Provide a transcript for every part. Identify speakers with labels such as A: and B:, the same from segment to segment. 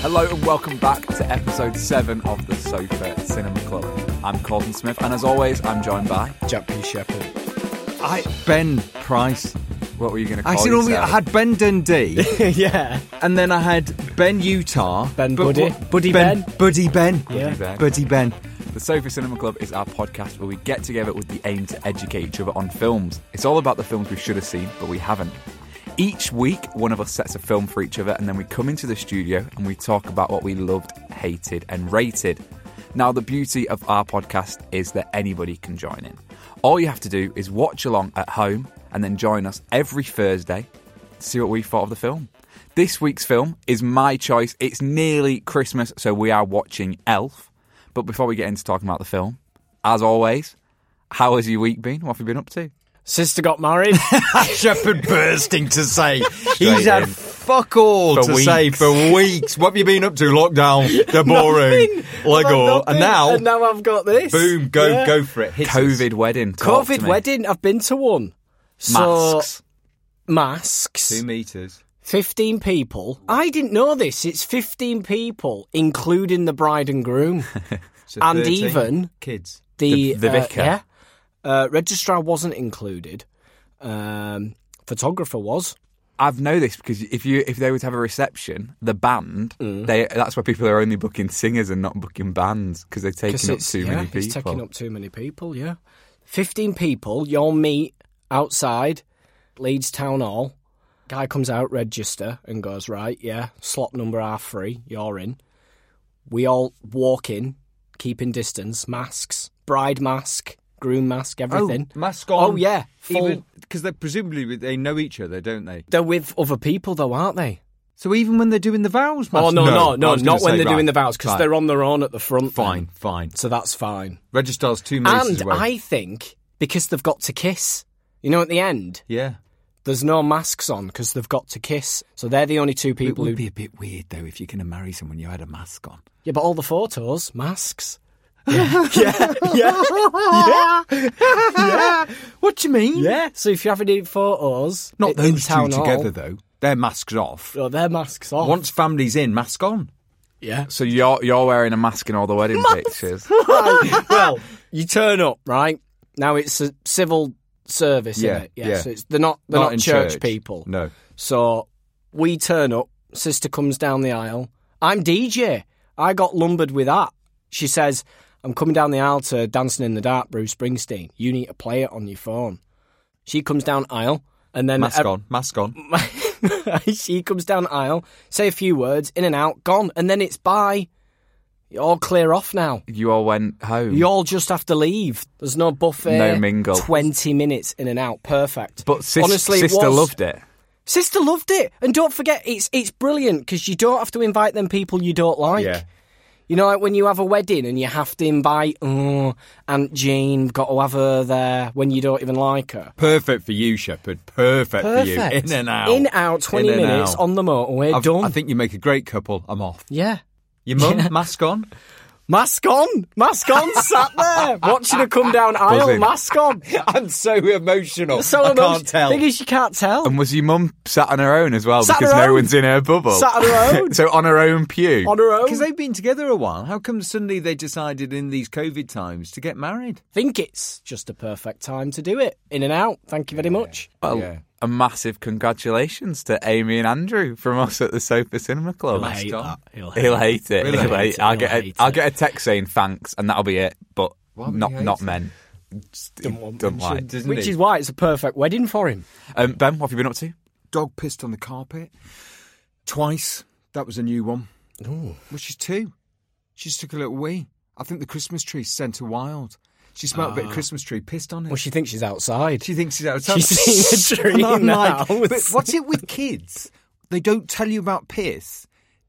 A: Hello and welcome back to episode 7 of the Sofa Cinema Club. I'm Colton Smith and as always I'm joined by
B: Jumpy Shepherd.
C: I Ben Price.
A: what were you going to call
C: I said only I
A: yourself?
C: had Ben Dundee,
B: Oh, yeah.
C: and then I had Ben Utah,
B: Ben
C: but
B: Buddy.
C: what-
B: Buddy Ben.
C: Buddy Ben,
B: Yeah.
A: Ben.
C: Buddy Ben.
A: The Sofa Cinema Club is our podcast where we get together with the aim to educate each other on films. It's all about the films we should have seen, but we haven't. Each week, one of us sets a film for each other, and then we come into the studio and we talk about what we loved, hated, and rated. Now, the beauty of our podcast is that anybody can join in. All you have to do is watch along at home and then join us every Thursday to see what we thought of the film. This week's film is my choice. It's nearly Christmas, so we are watching Elf. But before we get into talking about the film, as always, how has your week been? What have you been up to?
B: Sister got married.
C: Shepherd bursting to say
A: Straight
C: he's had
A: in.
C: fuck all
A: For
C: to say
A: weeks.
C: for weeks. What have you been up to? Lockdown, the boring, Lego,
B: Nothing.
C: and now
B: and now I've got this.
C: boom, go
B: Yeah.
C: go for it. Hit us.
A: COVID wedding. Talk to
B: COVID
A: me.
B: wedding. I've been to one. So-
A: Masks.
B: masks.
C: two meters.
B: 15 people. I didn't know this. It's 15 people, including the bride and groom.
C: So
B: And
C: 13
B: even-
C: kids.
B: The,
A: The- the
B: uh,
A: vicar.
B: yeah. Uh, registrar wasn't included. Um, photographer was.
A: I've noticed because if you if they were to have a reception, the band
B: Mm.
A: they that's why people are only booking singers and not booking bands because they're taking up
B: it's-
A: too
B: yeah,
A: many people.
B: It's taking up too many people, yeah. 15 people, you'll meet outside Leeds Town Hall. Guy comes out, register, and goes, right, yeah, slot number half free, you're in. We all walk in, keeping distance, masks, bride mask, groom mask, everything.
C: Oh, mask on.
B: Oh, yeah, full.
C: because they presumably they know each other, don't they?
B: They're with other people, though, aren't they?
C: So even when they're doing the vows,
B: Oh,
C: mask-
B: no, no,
C: I
B: no,
C: was gonna
B: not when
C: say,
B: they're
C: right,
B: doing the vows, because
C: right.
B: they're on their own at the front.
C: Fine,
B: then.
C: fine.
B: So that's fine.
C: Registars two meters
B: And
C: away.
B: I think because they've got to kiss, you know, at the end,
C: yeah,
B: there's no masks on because they've got to kiss. So they're the only two people who.
C: a bit weird though if you're going to marry someone you had a mask on.
B: Yeah, but all the photos, masks.
C: What do you mean?
B: Yeah. So if you have any photos,
C: not
B: i- in
C: those two
B: town hall-
C: together though. Their masks off.
B: Oh, their masks off.
C: Once families in, mask on.
B: Yeah.
A: So you're you're wearing a mask in all the wedding pictures.
B: well, you turn up, right? Now it's a civil service,
C: Yeah,
B: innit? Yeah.
C: yeah.
B: So it's, they're not they're not,
C: in
B: church, people.
C: No.
B: So we turn up. Sister comes down the aisle. I'm DJ. I got lumbered with that. She says, I'm coming down the aisle to Dancing in the Dark, Bruce Springsteen. You need to play it on your phone. She comes down aisle and then
C: Mask on. Mask on.
B: she comes down aisle, say a few words, in and out, gone. And then it's bye. You all clear off now.
A: you all went home.
B: You all just have to leave. There's no buffet.
A: No mingle.
B: 20 minutes in and out. Perfect.
A: but sis-
B: Honestly, it
A: sister
B: was-
A: loved it.
B: Sister loved it, and don't forget, it's it's brilliant because you don't have to invite them people you don't like.
C: yeah.
B: You know, like when you have a wedding and you have to invite oh, Aunt Jane, got to have her there when you don't even like her.
C: Perfect for you, Shepherd. Perfect, for you.
B: Perfect.
C: In and out.
B: In out, twenty
C: In and
B: minutes
C: out.
B: on the motorway,
C: I've-
B: done.
C: I think you make a great couple. I'm off.
B: yeah.
C: Your mum, mask on.
B: Mask on, mask on, sat there watching her come down aisle.
A: Buzzing.
B: Mask on.
C: I'm so emotional.
B: So
C: I
B: emotion-
C: can't tell.
B: Thing is, you can't tell.
A: And was your mum sat on her own as well
B: Sat
A: because
B: her
A: no
B: own.
A: one's in her bubble?
B: Sat on her own.
A: so on her own pew.
B: on her own.
C: Because they've been together a while. How come suddenly they decided in these COVID times to get married?
B: think it's just a perfect time to do it. In and out. Thank you very much.
A: well,
C: Yeah.
A: a massive congratulations to Amy and Andrew from us at the Sofa Cinema Club.
B: He'll hate that. He'll hate
A: it.
C: Really?
A: He'll hate it. I'll
B: He'll
A: get a,
B: hate
A: I'll
B: it.
A: get a text saying thanks, and that'll be it. But
C: would
A: not
C: he hate
A: not
C: it?
A: men.
B: Don't want
A: Don't like.
C: Doesn't
B: Which
C: he?
B: is why it's a perfect wedding for him.
A: Um, ben, what have you been up to?
C: dog pissed on the carpet twice. That was a new one. Well, she's two. She just took a little wee. I think the Christmas tree sent her wild. She smelled a bit of Christmas tree, pissed on it.
B: Ah. Well, she thinks she's outside.
C: She thinks she's out of town.
B: She's seen a tree
C: And I'm
B: now.
C: like, but what's it with kids? They don't tell you about piss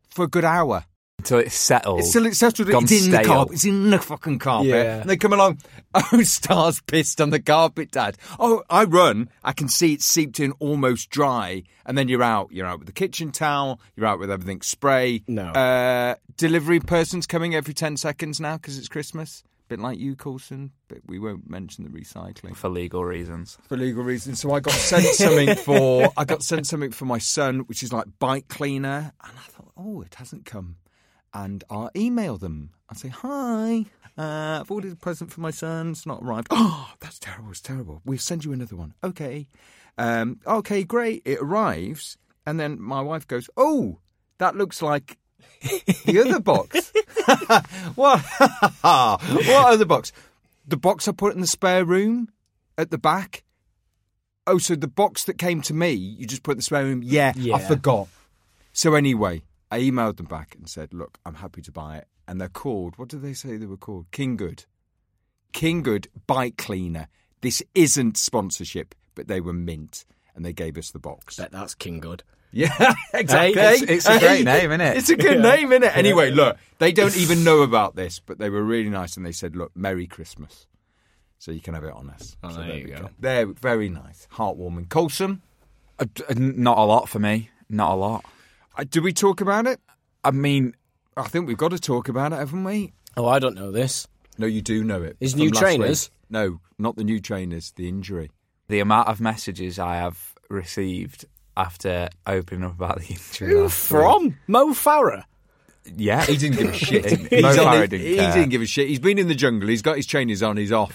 C: for a good hour.
A: Until it's settled.
C: It's still it's settled.
A: Gone
C: It's in the
A: stale.
C: carpet. It's in the fucking carpet.
B: Yeah.
C: And they come along. Oh, stars pissed on the carpet, Dad. Oh, I run. I can see it seeped in almost dry. And then you're out. You're out with the kitchen towel. You're out with everything spray.
B: No.
C: Uh, delivery person's coming every ten seconds now because it's Christmas. Bit like you, Coulson. But we won't mention the recycling
A: for legal reasons.
C: for legal reasons. So I got sent something for I got sent something for my son, which is like bike cleaner, and I thought, oh, it hasn't come, and I'll email them. I'll say hi. Uh, I've ordered a present for my son. It's not arrived. Oh, that's terrible. It's terrible. We'll send you another one. Okay. Um, okay, great. It arrives. And then my wife goes, Oh, that looks like the other box. what? what other box? The box I put in the spare room at the back. Oh, so the box that came to me, you just put in the spare room. Yeah,
B: Yeah.
C: I forgot. So anyway, I emailed them back and said, "Look, I'm happy to buy it." And they're called. What did they say they were called? Kinggood. Kinggood bike cleaner. This isn't sponsorship, but they were mint, and they gave us the box.
B: Bet that's King Good.
C: Yeah, exactly.
B: Hey,
A: it's- it's a great name, innit?
C: It's a good name, isn't it? Anyway, look, they don't even know about this, but they were really nice and they said, look, Merry Christmas. So you can have it on us.
B: Oh,
C: so
B: there you
C: we
B: go.
C: They're very nice, heartwarming. Colson,
A: Uh, d- uh, not a lot for me. Not a lot.
C: uh, do we talk about it?
A: I mean,
C: I think we've got to talk about it, haven't we?
B: Oh, I don't know this.
A: Ah,
C: No, you do know it.
B: His
C: From
B: new
C: last week.
B: trainers?
C: No, not the new trainers, the injury.
A: the amount of messages I have received after opening up about the injury. last
B: From Mo Farah.
A: week. Yeah.
C: He didn't give a shit.
A: He's
C: Mo
A: on
C: Farah
A: it.
C: didn't
A: He
C: care. he
A: didn't
C: didn't give a shit. He's been in the jungle. He's got his trainers on. He's off.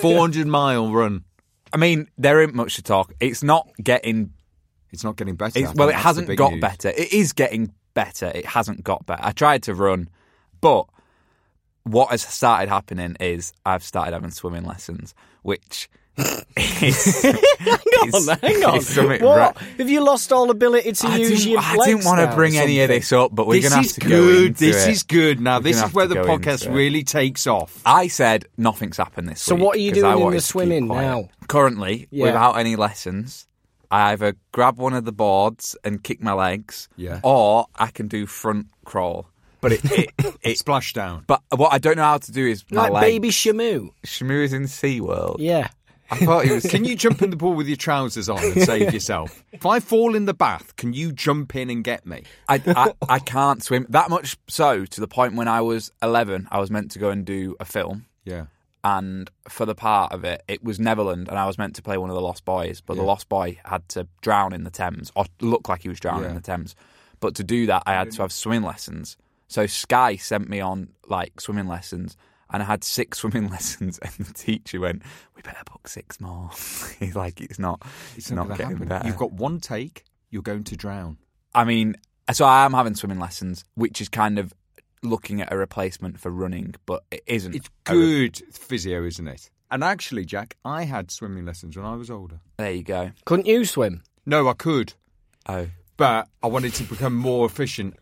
C: 400 mile run.
A: I mean, there ain't much to talk. It's not getting.
C: It's not getting better. I
A: It's,
C: think
A: well, it
C: that's the
A: hasn't
C: big
A: got
C: news.
A: better. It is getting better. It hasn't got better. I tried to run, but what has started happening is I've started having swimming lessons, which is.
B: Hang on, hang on.
A: it's something
B: What?
A: ra-
B: Have you lost all ability to
A: I
B: use
A: didn't,
B: your
A: I
B: legs
A: didn't want
B: now
A: to
B: or
A: bring any of
B: something?
A: this up, but we're
C: this
A: going to have
C: is
A: to go
C: good.
A: into
C: this
A: is
C: is good. Now
A: We're
C: this
A: gonna
C: is
A: have
C: where
A: to
C: the
A: go
C: podcast
A: into it.
C: really takes off.
A: I said nothing's happened this
B: So
A: week.
B: what are you
A: 'cause I
B: doing in
A: wanted
B: the
A: to keep
B: swimming
A: quiet.
B: now?
A: Currently,
B: Yeah.
A: without any lessons, I either grab one of the boards and kick my legs,
C: Yeah.
A: or I can do front crawl. But it, it, it
C: Splashdown.
A: but what I don't know how to do is my
B: Like
A: leg.
B: baby Shamu.
A: Shamu is in SeaWorld.
B: Yeah.
A: I thought he was.
C: Can you jump in the pool with your trousers on and save yourself? if I fall in the bath, can you jump in and get me?
A: I, I, I can't swim that much. So to the point when I was eleven, I was meant to go and do a film.
C: Yeah.
A: and for the part of it, it was Neverland, and I was meant to play one of the Lost Boys, but the Lost Boy had to drown in the Thames or look like he was drowning in
C: Yeah.
A: the Thames. But to do that, I had to have swimming lessons. So Sky sent me on like swimming lessons, and I had six swimming lessons, and the teacher went, "We better book six more." He's like, "It's not, it's, not,
C: gonna
A: getting
C: happen.
A: better."
C: You've got one take. You're going to drown.
A: I mean, so I am having swimming lessons, which is kind of looking at a replacement for running, but it isn't.
C: It's
A: a re-
C: good physio, isn't it? And actually, Jack, I had swimming lessons when I was older.
A: there you go.
B: Couldn't you swim?
C: No, I could,
A: Oh.
C: but I wanted to become more efficient.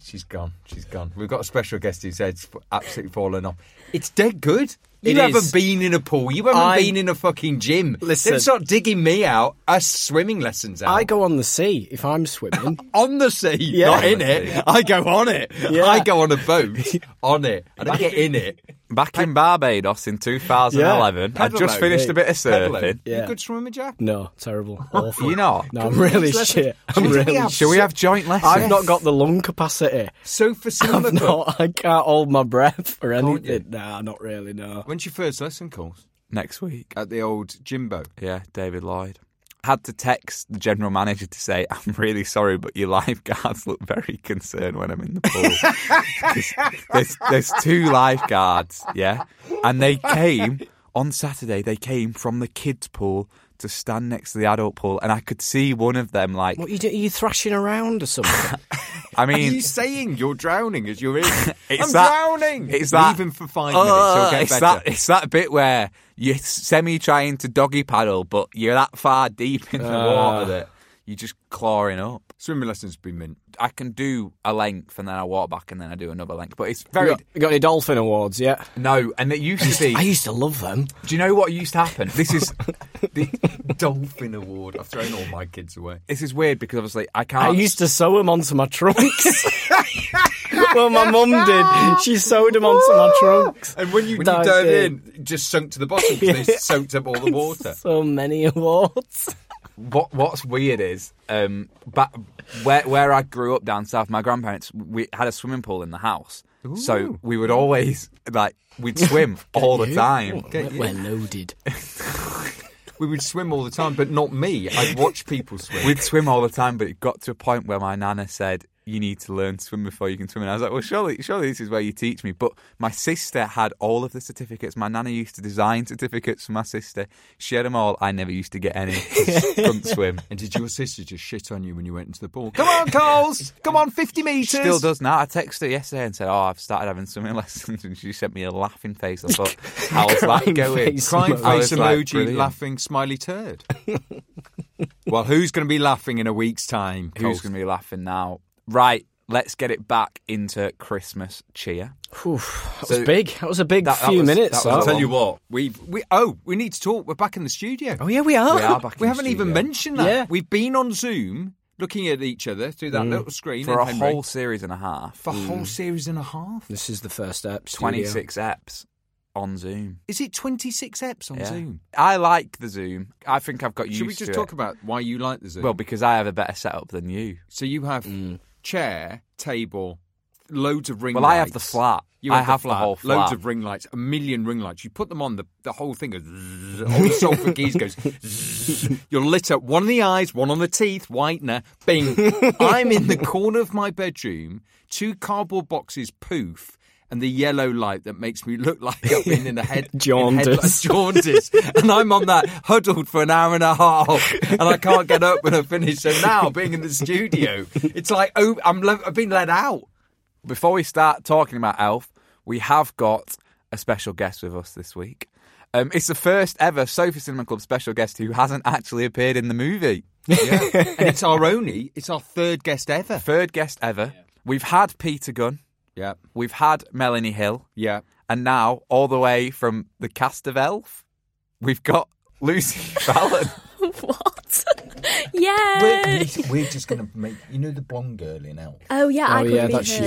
C: She's gone. She's gone. We've got a special guest whose head's f- absolutely fallen off. It's dead good. You
B: It
C: haven't
B: is.
C: been in a pool. You haven't
B: I-
C: been in a fucking gym.
B: Listen.
C: Then start digging me out. Us swimming lessons out.
B: I go on the sea if I'm swimming.
C: on the sea, not in it. I go on it.
B: Yeah.
C: I go on a boat on it. I don't get in it.
A: Back in Barbados in 2011, I
C: Pedalo,
A: just finished
C: yeah.
A: a bit of
C: Pedalo.
A: surfing.
C: You
B: Yeah.
C: good swimmer, Jack?
B: no, terrible, awful.
A: You know,
B: No, I'm really
C: Let's-
B: shit.
C: Should
B: I'm
C: we
B: really.
C: have-
B: shit.
A: Shall we have joint lessons?
B: I've not got the lung capacity.
C: So for similar,
B: I've not. I can't hold my breath or
C: you?
B: anything. Nah, not really. No.
C: When's your first lesson course?
A: next week.
C: At the old Jimbo.
A: Yeah, David Lloyd. Had to text the general manager to say, I'm really sorry, but your lifeguards look very concerned when I'm in the pool. 'Cause there's, there's two lifeguards, yeah? And they came on Saturday, they came from the kids' pool to stand next to the adult pool. And I could see one of them, like,
B: What you do? Are you thrashing around or something?
A: I
C: Are
A: mean,
C: you saying you're drowning as you're in? I'm
A: that-
C: drowning.
A: It's that,
C: Leave him for five
A: Uh,
C: minutes. He'll get
A: it's
C: better.
A: that. It's that bit where you're semi trying to doggy paddle, but you're that far deep in the
C: Ah.
A: water that you're just clawing up.
C: Swimming lessons been mint.
A: I can do a length and then I walk back and then I do another length, but it's very
B: You got, you got any dolphin awards yet?
A: no. And it used to be.
B: I used to love them.
A: do you know what used to happen? This is
C: The Dolphin Award. I've thrown all my kids away.
A: this is weird because obviously I
B: I
A: can't.
B: used to sew them onto my trunks. well, my mum did. She sewed them onto my trunks.
C: And when you
B: When you
C: dived
B: dived
C: in, it just sunk to the bottom because they soaked up all the water.
B: So many awards.
A: what what's weird is um back where where I grew up down south, my grandparents we had a swimming pool in the house. So we would always like we'd swim all the time.
B: We're loaded.
C: We would swim all the time, but not me. I'd watch people swim.
A: We'd swim all the time, but it got to a point where my nana said, "You need to learn to swim before you can swim." And I was like, "Well, surely, surely this is where you teach me." But my sister had all of the certificates. My nana used to design certificates for my sister. She had them all. I never used to get any. 'cause Couldn't swim.
C: And did your sister just shit on you when you went into the pool? Come on, Coles! Come on, 50 metres!
A: She still does now. I texted her yesterday and said, "Oh, I've started having swimming lessons," and she sent me a laughing face. I thought, "How's that
B: Crying
A: going?"
B: face
C: Crying
A: I was
C: face
A: like,
C: emoji,
A: "Brilliant."
C: laughing, smiley turd. well, who's going to be laughing in a week's time?
A: Who's going to be laughing now? Right. Let's get it back into Christmas cheer.
B: Oof, that
A: So-
B: was big. That was a big
A: That- that
B: few
A: was-
B: minutes.
A: that was
B: that.
A: a lot.
C: what, we've, we, oh, we need to talk. We're back in the studio.
B: oh yeah, we are.
A: We are back.
C: we
A: in
C: haven't even
A: studio.
C: mentioned that.
B: Yeah.
C: We've been on Zoom looking at each other through that little screen
A: Mm. for
C: in
A: a
C: Henry.
A: whole Mm. series and a half.
C: for a whole series and a half.
B: This is the first step. studio.
A: 26 apps on Zoom.
C: Is it 26 eps on
A: Yeah.
C: Zoom?
A: I like the Zoom. I think I've got used
C: Should we
A: to
C: just talk
A: it.
C: about why you like the Zoom?
A: Well, because I have a better setup than you.
C: so you have chair, table, loads of ring
A: Well,
C: lights.
A: I have the flat.
C: You
A: I
C: have,
A: have
C: the,
A: the
C: flat,
A: whole
C: Loads
A: flat.
C: of ring lights, a million ring lights. You put them on, the, the whole thing goes. zzz, all the sulphur keys goes. zzz. You're lit up. One on the eyes, one on the teeth, whitener. Bing. I'm in the corner of my bedroom. Two cardboard boxes, poof. And the yellow light that makes me look like I've been in a head in
B: Jaundice.
C: headlights, jaundice, and I'm on that huddled for an hour and a half, and I can't get up when I finish. So now, being in the studio, it's like oh, I'm le- I've been let out.
A: Before we start talking about Elf, we have got a special guest with us this week. Um, it's the first ever Sofa Cinema Club special guest who hasn't actually appeared in the movie.
C: and it's our only, it's our third guest ever.
A: Third guest ever. We've had Peter Gunn.
C: Yeah,
A: We've had Melanie Hill.
C: yeah.
A: And now, all the way from the cast of Elf, we've got Lucy Fallon.
D: What? Yay!
C: we're just gonna make you know the blonde girl in Elf.
D: Oh yeah, I
B: Oh,
D: could
B: yeah,
D: be
B: that's you.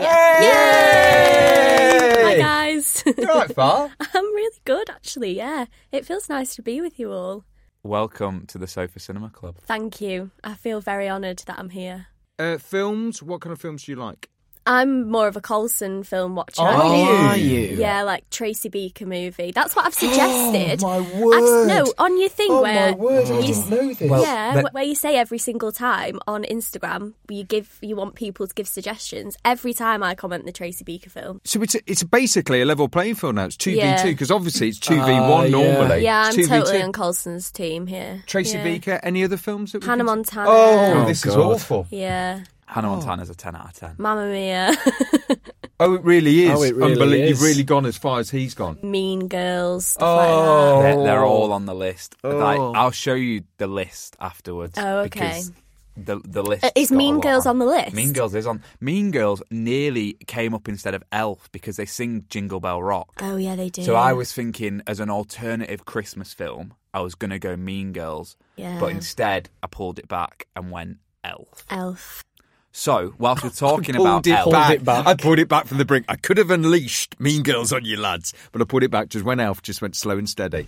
D: her. Hi
C: Yay!
D: guys.
C: You're right, Val.
D: I'm really good actually. Yeah, it feels nice to be with you all.
A: Welcome to the Sofa Cinema Club.
D: Thank you. I feel very honoured that I'm here.
C: Uh, films. What kind of films do you like?
D: I'm more of a Colson film watcher.
B: Oh,
C: Oh,
B: Are you?
D: Yeah, like Tracy Beaker movie. That's what I've suggested.
C: my
D: I've-
C: word.
D: no, on your thing
C: Oh,
D: where
C: my word, I
D: you
C: didn't
D: s-
C: know this.
D: yeah,
A: that-
D: wh- where you say every single time on Instagram, you give you want people to give suggestions. Every time I comment the Tracy Beaker film,
C: So it's it's basically a level playing field now. It's two
D: Yeah.
C: v two because obviously it's two v one normally.
D: yeah, I'm
C: It's 2v2.
D: totally on Colson's team here.
C: Tracy
D: yeah.
C: Beaker. Any other films? That we
D: Hannah
C: can-
D: Montana.
C: Oh,
B: Oh,
C: this is
B: God.
C: awful.
D: Yeah,
A: Hannah Montana's a 10 out of 10.
D: Mamma Mia,
C: Oh, it really is.
B: Oh, it really
C: Unbelie- You've
B: is.
C: really gone as far as he's gone.
D: Mean Girls, stuff
C: Oh.
D: like
A: They're, they're all on the list. Like,
C: Oh.
A: I'll show you the list afterwards.
D: Oh, okay.
A: Because the the list.
D: Uh, is
A: got a
D: Mean
A: lot
D: Girls on the list?
A: Mean Girls is on. Mean Girls nearly came up instead of Elf because they sing Jingle Bell Rock.
D: Oh yeah, they do.
A: So I was thinking, as an alternative Christmas film, I was going to go Mean Girls,
D: Yeah.
A: but instead I pulled it back and went Elf.
D: Elf.
A: So whilst we're talking about
C: it
A: Elf,
C: back.
B: it back.
C: I pulled it back from the brink. I could have unleashed Mean Girls on you lads, but I pulled it back just when Elf just went slow and steady.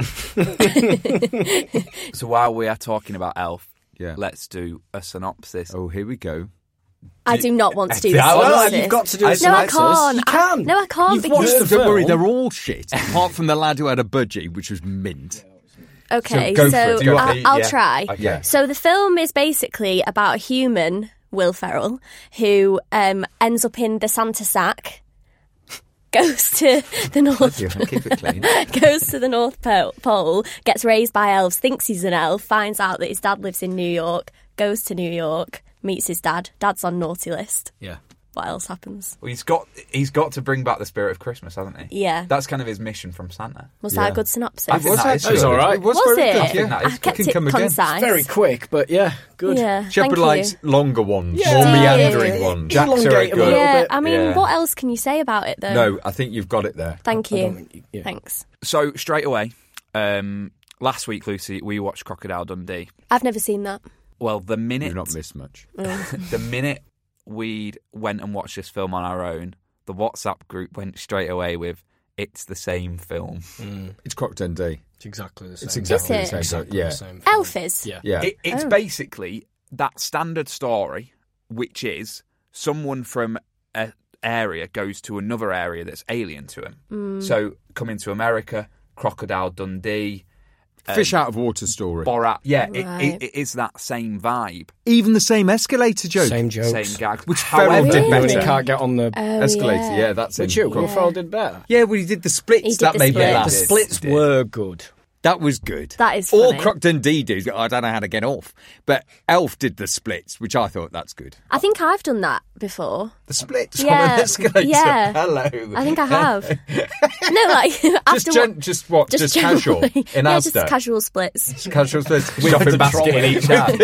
A: so while we are talking about Elf,
C: Yeah.
A: let's do a synopsis.
C: oh, here we go.
D: I do not want to do this.
A: Yeah, well,
D: synopsis.
B: you've got to do this
D: No, I
B: synopsis.
D: can't.
B: You
D: I-
B: can.
D: no, I can't
B: You've
D: because-
B: watched the
C: Don't worry,
B: film.
C: they're all shit, apart from the lad who had a budgie, which was mint.
D: Okay,
C: So go
D: so,
C: for it. Do you want
D: I'll,
C: me-
D: I'll
A: yeah.
D: try.
C: Okay.
D: So the film is basically about a human, Will Ferrell, who um, ends up in the Santa sack, goes to the North,
C: Keep it clean.
D: goes to the North Po- Pole, gets raised by elves, thinks he's an elf, finds out that his dad lives in New York, goes to New York, meets his dad. Dad's on naughty list.
B: Yeah.
D: What else happens?
A: Well, he's got he's got to bring back the spirit of Christmas, hasn't he?
D: Yeah.
A: that's kind of his mission from Santa.
D: Was that a good synopsis?
A: I think that is
C: actually-
A: good.
B: all right.
C: It was,
D: Was
C: very
D: it?
C: good. Yeah.
A: think that
D: I
A: is good.
D: kept
C: Can
D: it
C: come again.
D: concise.
B: Very quick, but yeah, good.
D: Yeah.
C: Shepherd
D: thank
C: likes
D: you.
C: longer ones,
B: Yeah.
C: more
B: Yeah.
C: meandering
B: Yeah.
C: ones.
B: Jack's
C: Elongate
B: very
C: them
B: good.
C: a little
D: Yeah,
B: bit.
D: I mean,
C: Yeah.
D: what else can you say about it though?
C: No, I think you've got it there.
D: Thank
B: I
D: you.
B: don't think- yeah.
D: Thanks.
A: So straight away, um, last week, Lucy, we watched Crocodile Dundee.
D: I've never seen that.
A: Well, the minute
C: You've not missed much.
A: the minute we'd went and watched this film on our own, the WhatsApp group went straight away with "It's the same film."
C: It's Croc Dundee.
B: It's exactly the same.
C: It's exactly
D: Is
C: the same.
D: it?
C: so-
B: Exactly
C: yeah.
B: the same.
D: Elf is.
B: Yeah.
C: Yeah.
A: It, it's
D: Oh.
A: basically that standard story, which is someone from a area goes to another area that's alien to him.
D: Mm.
A: So coming to America, Crocodile Dundee,
C: Fish out of water story.
A: Borat. Yeah, it-
D: Right.
A: it, it is that same vibe,
C: Even the same escalator joke.
B: Same jokes.
A: same gags.
C: Which Ferrell
A: However,
C: did
B: When
C: better.
B: he can't get on the.
D: Oh,
C: escalator. Yeah,
D: yeah.
C: that's
B: Did
C: it.
B: you? Goodfellow did better.
C: Yeah, well, he did the splits.
D: He did
C: that
D: the
C: made me
D: splits.
C: laugh.
D: The
B: Splits
A: did.
B: were good.
C: That was good.
D: That is
C: All
D: funny.
C: Croc Dundee do. I don't know how to get off, but Elf did the splits, which I thought that's good.
D: I think I've done that before.
C: The splits on
D: Yeah,
C: an escalator.
D: yeah.
C: Hello.
D: I think I have. no, like
C: Just
D: after
C: gen- just what? Just, casual
D: generally.
C: in
D: yeah,
C: Asda.
D: just casual splits.
C: Casual splits.
A: Shopping basket in each hand.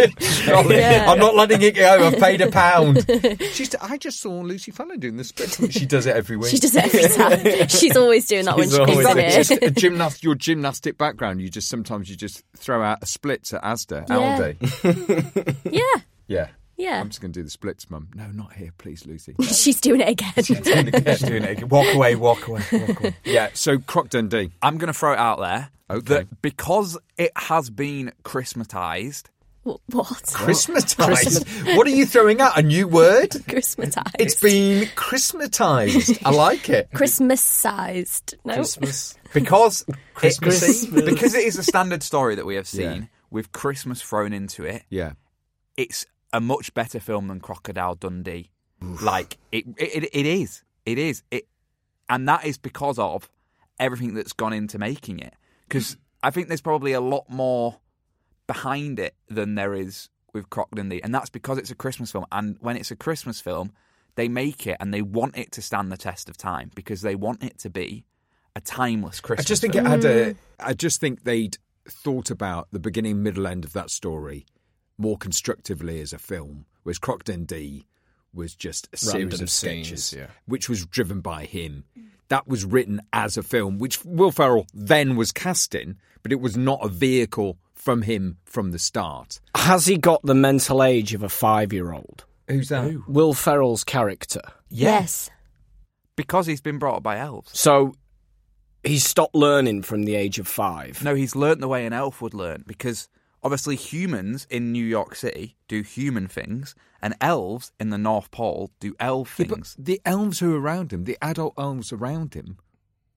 D: Yeah.
C: I'm not letting it go. I've paid a pound. She's, I just saw Lucy Fallon doing the splits. She does it every week. Oh,
D: She does it every time. She's always doing that when
C: Is
D: she
C: that
D: comes
C: just
D: in.
C: a gymnast, your gymnastic background? You just sometimes you just throw out a splits at Asda,
D: Yeah.
C: Aldi.
D: Yeah,
C: Yeah.
D: yeah.
C: I'm just going to do the splits, Mum. No, not here, please, Lucy.
D: She's doing it again.
A: Just doing it again. Walk away, walk away, walk away.
C: yeah. So Croc Dundee.
A: I'm going to throw it out there
C: Okay.
A: that because it has been Christmatized,
D: Wh- what?
C: Christmatized. what are you throwing out? A new word?
D: Christmatized.
C: It's been Christmatized. I like it.
D: Christmas sized. No.
B: Christmas.
A: because it,
B: Christmas.
A: because it is a standard story that we have seen
C: Yeah.
A: with Christmas thrown into it.
C: Yeah.
A: It's a much better film than Crocodile Dundee. Like it, it, it is, it is, it, and that is because of everything that's gone into making it. Because I think there's probably a lot more behind it than there is with Croc Dundee, and that's because it's a Christmas film. And when it's a Christmas film, they make it and they want it to stand the test of time because they want it to be a timeless
C: I
A: Christmas.
C: just think
A: film.
C: it had a. Mm. I just think they'd thought about the beginning, middle, end of that story more constructively as a film, whereas Croc Dundee was just a series
B: Random
C: of sketches,
B: scenes, yeah.
C: which was driven by him. That was written as a film, which Will Ferrell then was cast in, but it was not a vehicle from him from the start.
B: Has he got the mental age of a five year old?
C: Who's that?
B: Will Ferrell's character.
D: Yes.
A: Because he's been brought up by elves.
B: So he stopped learning from the age of five.
A: No, he's learnt the way an elf would learn because obviously humans in New York City do human things and elves in the North Pole do elf
C: Yeah, but
A: things.
C: the elves who were around him, the adult elves around him,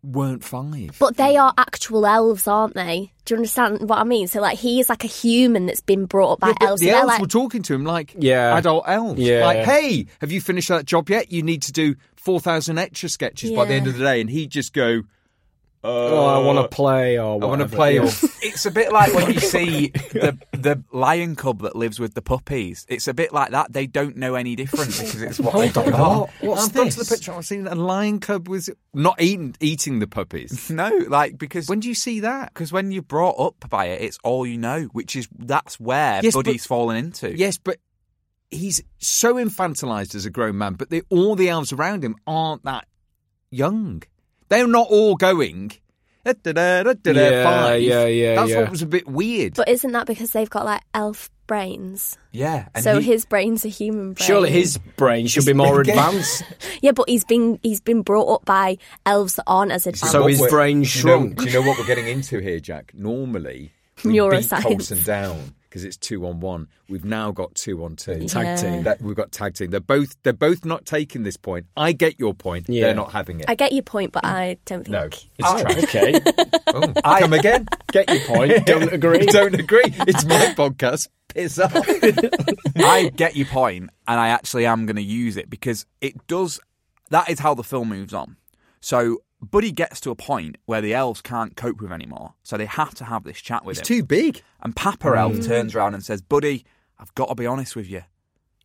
C: weren't five.
D: But they are actual elves, aren't they? Do you understand what I mean? So, like, he is like a human that's been brought up by
C: Yeah, but
D: elves.
C: The
D: and they're
C: elves
D: like,
C: were talking to him like
B: Yeah.
C: adult elves.
B: Yeah.
C: Like, hey, have you finished that job yet? You need to do 4,000 extra sketches by the
D: Yeah.
C: end of the day. And he'd just go, uh,
B: oh, I want to play or
C: I want to
B: whatever.
C: play.
B: Yeah.
C: Or,
A: It's a bit like when you see the the lion cub that lives with the puppies. It's a bit like that. They don't know any different because it's what they've got.
C: What's I've gone to the picture. I've seen a lion cub was not eating, eating the puppies.
A: No, like because
C: when do you see that?
A: because when you're brought up by it, it's all you know, which is that's where
C: Yes,
A: Buddy's
C: but-
A: fallen into.
C: Yes, but he's so infantilized as a grown man, but the, all the elves around him aren't that young. They're not all going. "Da, da, da, da, da,
B: Yeah,
C: five."
B: yeah, yeah,
C: That's
B: yeah.
C: what was a bit weird.
D: But isn't that because they've got like elf brains?
A: Yeah. And
D: so
A: he-
D: his brain's a human brain.
B: Surely his brain should be more advanced.
D: Yeah, but he's been he's been brought up by elves that aren't as advanced.
B: So his
C: What we're-
B: brain
C: Do you know-
B: shrunk.
C: Do you know what we're getting into here, Jack? Normally, we
D: Neuroscience.
C: beat Colson down because it's two on one. We've now got two on two.
B: Tag Yeah. team.
C: That, we've got tag team. They're both they're both not taking this point. I get your point.
B: Yeah.
C: They're not having it.
D: I get your point, but I don't think.
C: no,
B: It's tra- okay.
C: Oh, come again.
B: Get your point. Don't agree.
C: Don't agree. It's my podcast. Piss off.
A: I get your point, and I actually am going to use it because it does. That is how the film moves on. So Buddy gets to a point where the elves can't cope with anymore, so they have to have this chat with
C: It's
A: him.
C: too Mm. big.
A: and Papa Elf turns around and says, "Buddy, I've got to be honest with you.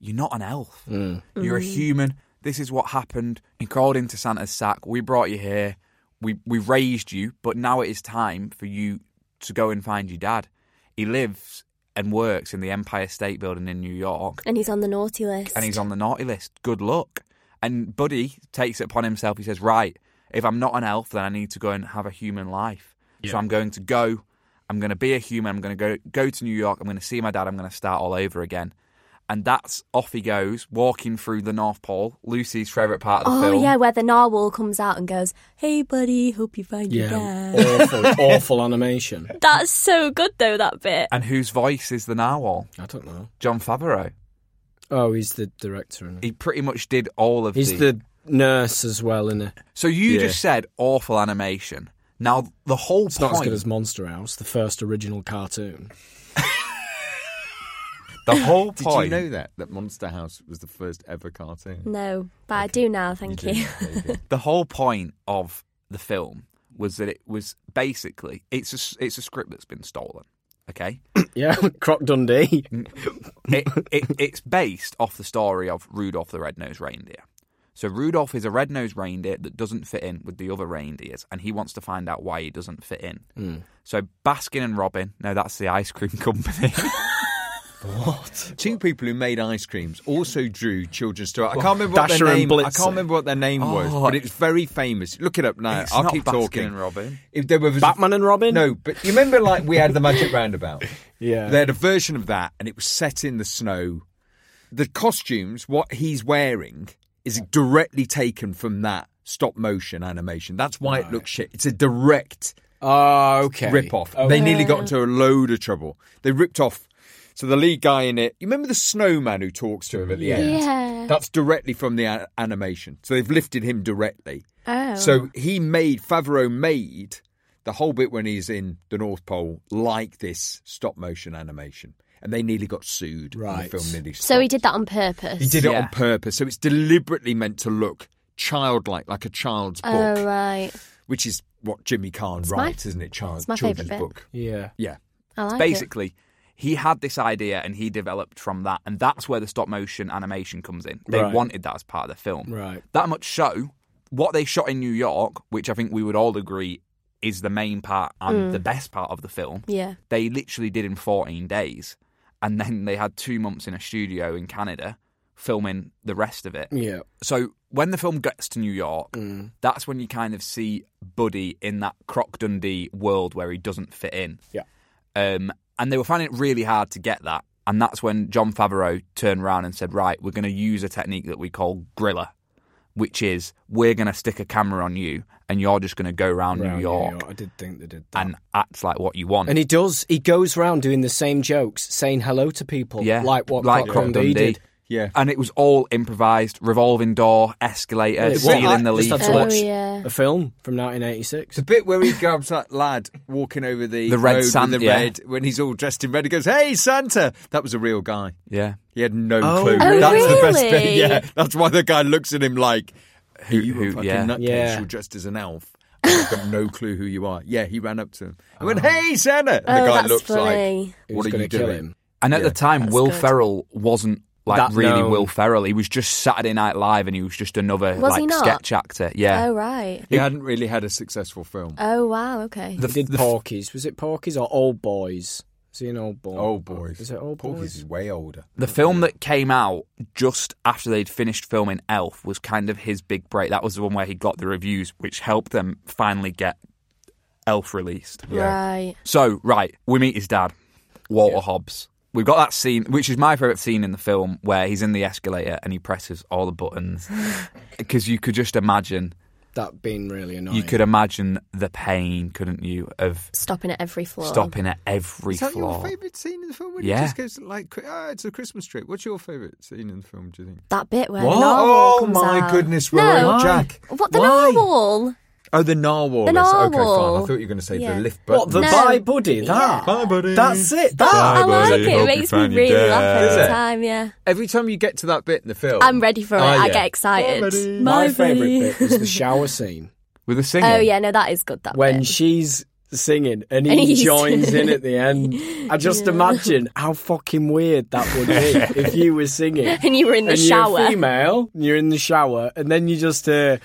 A: You're not an elf.
C: Mm.
A: You're a human. This is what happened. You crawled into Santa's sack. We brought you here. We we raised you, but now it is time for you to go and find your dad. He lives." And works in the Empire State Building in New York
D: And he's on the naughty list.
A: and he's on the naughty list. Good luck. And Buddy takes it upon himself. He says, Right, if I'm not an elf, then I need to go and have a human life. So I'm going to go. I'm going to be a human. I'm going to go, go to New York. I'm going to see my dad. I'm going to start all over again. And that's off he goes, walking through the North Pole, Lucy's favourite part of the
D: Oh
A: film.
D: yeah, where the narwhal comes out and goes, "Hey buddy, hope you find your
B: Yeah.
D: dad."
B: awful, awful animation.
D: That's so good though. That bit.
A: And whose voice is the narwhal?
B: I don't know.
A: John Favreau.
B: Oh, he's the director. is
A: He pretty much did all of
B: He's the nurse as well, in it?
A: So you
C: Yeah.
A: just said awful animation. Now, the whole
B: It's
A: point.
B: not as good as Monster House, the first original cartoon.
A: the whole
C: Did
A: point.
C: you know that that Monster House was the first ever cartoon?
D: No, but I do now. Thank you.
A: the whole point of the film was that it was basically it's a s- it's a script that's been stolen. Okay,
B: Yeah, Croc Dundee.
A: it, it it's based off the story of Rudolph the Red-Nosed Reindeer. So Rudolph is a red-nosed reindeer that doesn't fit in with the other reindeers, and he wants to find out why he doesn't fit in. So Baskin and Robin, no, that's the ice cream company.
C: Two people who made ice creams also drew children's stories. I can't remember what
B: Dasher
C: their
B: and
C: name. I
B: Blitzer.
C: can't remember what their name was,
A: Oh.
C: but it's very famous. Look it up now.
A: It's
C: I'll
A: not
C: keep
A: Baskin
C: talking.
A: and Robin.
C: If there was
B: Batman and Robin?
C: No, but you remember like we had the Magic Roundabout.
B: Yeah.
C: They had a version of that, and it was set in the snow. The costumes, what he's wearing, is directly taken from that stop motion animation. That's why it looks shit. It's a direct
B: Oh, okay.
C: rip off. They nearly got into a load of trouble. They ripped off. So the lead guy in it, you remember the snowman who talks to him at the end?
D: Yeah.
C: That's directly from the a- animation. So they've lifted him directly.
D: Oh.
C: So he made Favreau made the whole bit when he's in the North Pole like this stop motion animation, and they nearly got sued. and
B: Right.
C: the film nearly.
D: So he
C: stopped.
D: did that on purpose.
C: He did it
A: Yeah.
C: on purpose. So it's deliberately meant to look childlike, like a child's book,
D: Oh right,
C: which is what Jimmy Kahn
D: my-
C: writes, isn't it? Child,
D: it's my
C: children's
D: favourite bit.
C: book.
B: Yeah.
C: Yeah.
D: I like it.
A: basically he had this idea and he developed from that and that's where the stop motion animation comes in they
B: Right.
A: wanted that as part of the film
B: Right.
A: that much so what they shot in new york which i think we would all agree is the main part and the best part of the film
D: Yeah.
A: they literally did in 14 days and then they had two months in a studio in canada filming the rest of it
B: Yeah.
A: so when the film gets to New York,
B: Mm.
A: that's when you kind of see Buddy in that Croc Dundee world where he doesn't fit in.
B: Yeah.
A: Um, and they were finding it really hard to get that. And that's when John Favreau turned around and said, Right, we're going to use a technique that we call griller, which is we're going to stick a camera on you and you're just going to go around
B: Round
A: New York,
B: I did think they did that.
A: and act like what you want.
B: And he does. He goes round doing the same jokes, saying hello to people,
A: yeah,
B: like what Croc
A: Croc
B: Dundee did.
C: Yeah.
A: And it was all improvised revolving door, escalator,
B: It's
A: Uh, stealing
B: what I
A: the
B: just
A: leaf.
B: had to
D: Oh,
B: watch
D: yeah.
B: a film from 1986.
C: The bit where he grabs that lad walking over the,
A: The red
C: road with
A: Santa,
C: the
A: yeah.
C: red when he's all dressed in red, he goes, "Hey Santa!" That was a real guy.
A: Yeah.
C: He had no
B: Oh,
C: clue.
B: Oh,
C: that's the best bit.
D: really?
C: Yeah, that's why the guy looks at him like, "Who you
A: who-
C: a fucking
A: yeah.
C: nutcase?
B: Yeah.
C: You're dressed as an elf. and I've got no clue who you are." Yeah, he ran up to him. and went, "Hey, Santa!" And
D: Oh,
C: the guy
D: that's
C: looks
D: funny.
C: like, "What
B: Who's
C: are you
B: gonna kill
C: doing?"
B: him?
A: And at the time, Will
D: good.
A: Ferrell wasn't like
B: That
A: really
B: known.
A: Will Ferrell. He was just Saturday Night Live, and he was just another
D: Was
A: like
D: he not?
A: sketch actor. Yeah.
D: Oh right.
C: He hadn't really had a successful film.
D: Oh wow. Okay.
A: The-
B: He did
A: the-
B: Porkies. Was it Porkies or Old Boys? See an old Oh, boy.
C: Oh,
E: Old boys.
B: Is it old
E: Porky's
B: boys?
E: is way older.
A: The film that came out just after they'd finished filming Elf was kind of his big break. That was the one where he got the reviews, which helped them finally get Elf released.
D: Right.
A: So, right, we meet his dad, Walter Hobbs. We've got that scene, which is my favourite scene in the film, where he's in the escalator and he presses all the buttons. Because you could just imagine,
B: That being really annoying.
A: you could imagine the pain, couldn't you, of
D: Stopping at every floor.
A: stopping at every
C: Is that
A: floor.
C: your favourite scene in the film? When
A: Yeah.
C: It just goes like, ah, it's a Christmas trip. What's your favourite scene in the film? Do you think?
D: That bit where
E: What?
D: the narwhal
E: Oh
D: comes
E: my
D: out.
E: goodness,
D: no.
E: Rowan, Jack.
D: What the
E: Why?
D: narwhal?
E: Oh, the narwhal.
D: The
E: is- Okay, fine. I
D: narwhal.
E: thought you were going to say
D: Yeah.
E: the lift button.
B: What the Ah.
D: No.
B: bye buddy? That.
E: Bye, buddy.
B: That's it. That.
D: I
E: Bye,
D: like
E: buddy.
D: it.
E: Hope
D: It
E: you
D: makes
E: found
D: me
E: your
D: really
E: dad.
D: laugh
E: Is
D: every
E: it?
D: time. Yeah.
E: Every time you get to that bit in the film,
D: I'm ready for it.
E: Ah,
D: I
E: yeah.
D: get excited.
E: Bye, buddy.
B: My
D: buddy.
B: favourite bit was the shower scene
A: With the singing.
D: Oh yeah, no, that is good. That
B: when
D: bit.
B: she's singing and
D: And
B: he
D: he's-
B: joins in at the end. I just
D: Yeah.
B: imagine how fucking weird that would be if you were singing.
D: and you were in the
B: and
D: shower.
B: You're a female, and you're in the shower, and then you just hear,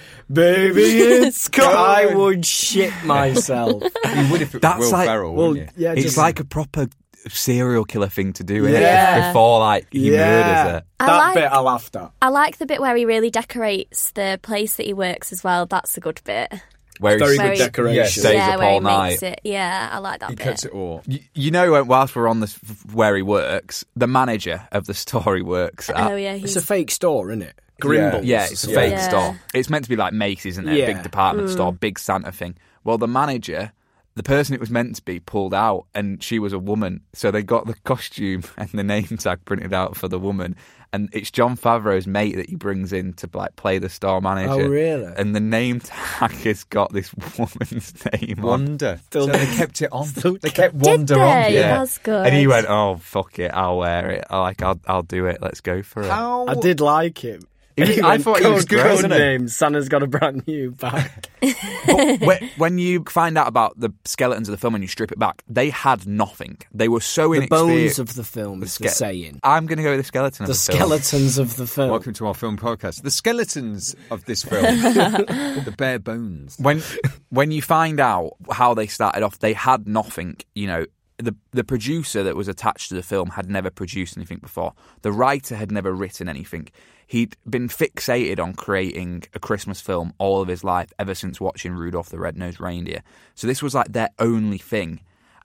B: "Baby, it's gone." I would shit myself.
E: you would if it was
A: That's
E: Will
A: like-
E: Ferrell,
B: well,
E: wouldn't you?
B: yeah,
A: it's
B: just,
A: like a proper serial killer thing to do, innit?
B: Yeah.
A: Before, like, he
B: yeah,
A: murders
B: that
D: I like-
B: bit I laughed at.
D: I like the bit where he really decorates the place that he works as well. That's a good bit.
A: it. Where
B: Very
A: he's-
D: Very-
B: good decoration.
E: Yes.
A: Stays
D: yeah,
A: up
D: where
A: all
D: he makes
A: night.
D: it. Yeah, I like that
E: He
D: bit.
E: cuts it all.
A: You, you know, uh, whilst we're on this, f- where he works, the manager of the store he works at.
D: Oh yeah,
B: It's
D: he's
B: a fake store, isn't it? Grimbles.
A: Yeah, it's a
E: Yeah.
A: fake
D: Yeah.
A: store. It's meant to be like Macy's, isn't it?
B: Yeah.
A: Big department store, big Santa thing. Well, the manager, the person it was meant to be, pulled out, and she was a woman. So they got the costume and the name tag printed out for the woman, and it's John Favreau's mate that he brings in to like play the store manager.
B: Oh, really?
A: And the name tag has got this woman's name on.
E: Wonder. So they kept it on. They kept
D: Did
E: Wonder on.
D: they?
E: Yeah.
D: That's good.
A: And he went, "Oh fuck it, I'll wear it. I like, I'll, I'll do it. Let's go for it."
E: How?
B: I did like him.
A: He was- I
B: went,
A: thought he was
B: "Code-
A: good,
B: code
A: wasn't he?"
B: name, Santa's got a brand new bag.
A: But when, when you find out about the skeletons of the film and you strip it back, they had nothing. They were so
B: the
A: inexperienced.
B: bones of the film is the,
A: ske-
B: saying.
A: I'm going to go with the skeleton.
B: The
A: of the film.
B: skeletons of the film.
C: Welcome to our film podcast. The skeletons of this film, the bare bones.
A: When when you find out how they started off, they had nothing. You know, the the producer that was attached to the film had never produced anything before. The writer had never written anything. He'd been fixated on creating a Christmas film all of his life, ever since watching Rudolph the Red-Nosed Reindeer. So this was like their only thing.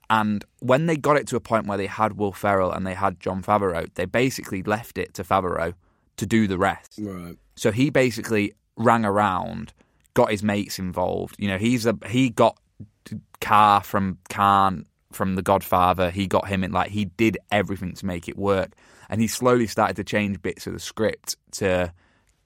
A: And when they got it to a point where they had Will Ferrell and they had John Favreau, they basically left it to Favreau to do the rest.
B: Right.
A: So he basically rang around, got his mates involved. You know, he's a he got Carr from Khan from The Godfather. He got him in like he did everything to make it work, and he slowly started to change bits of the script to,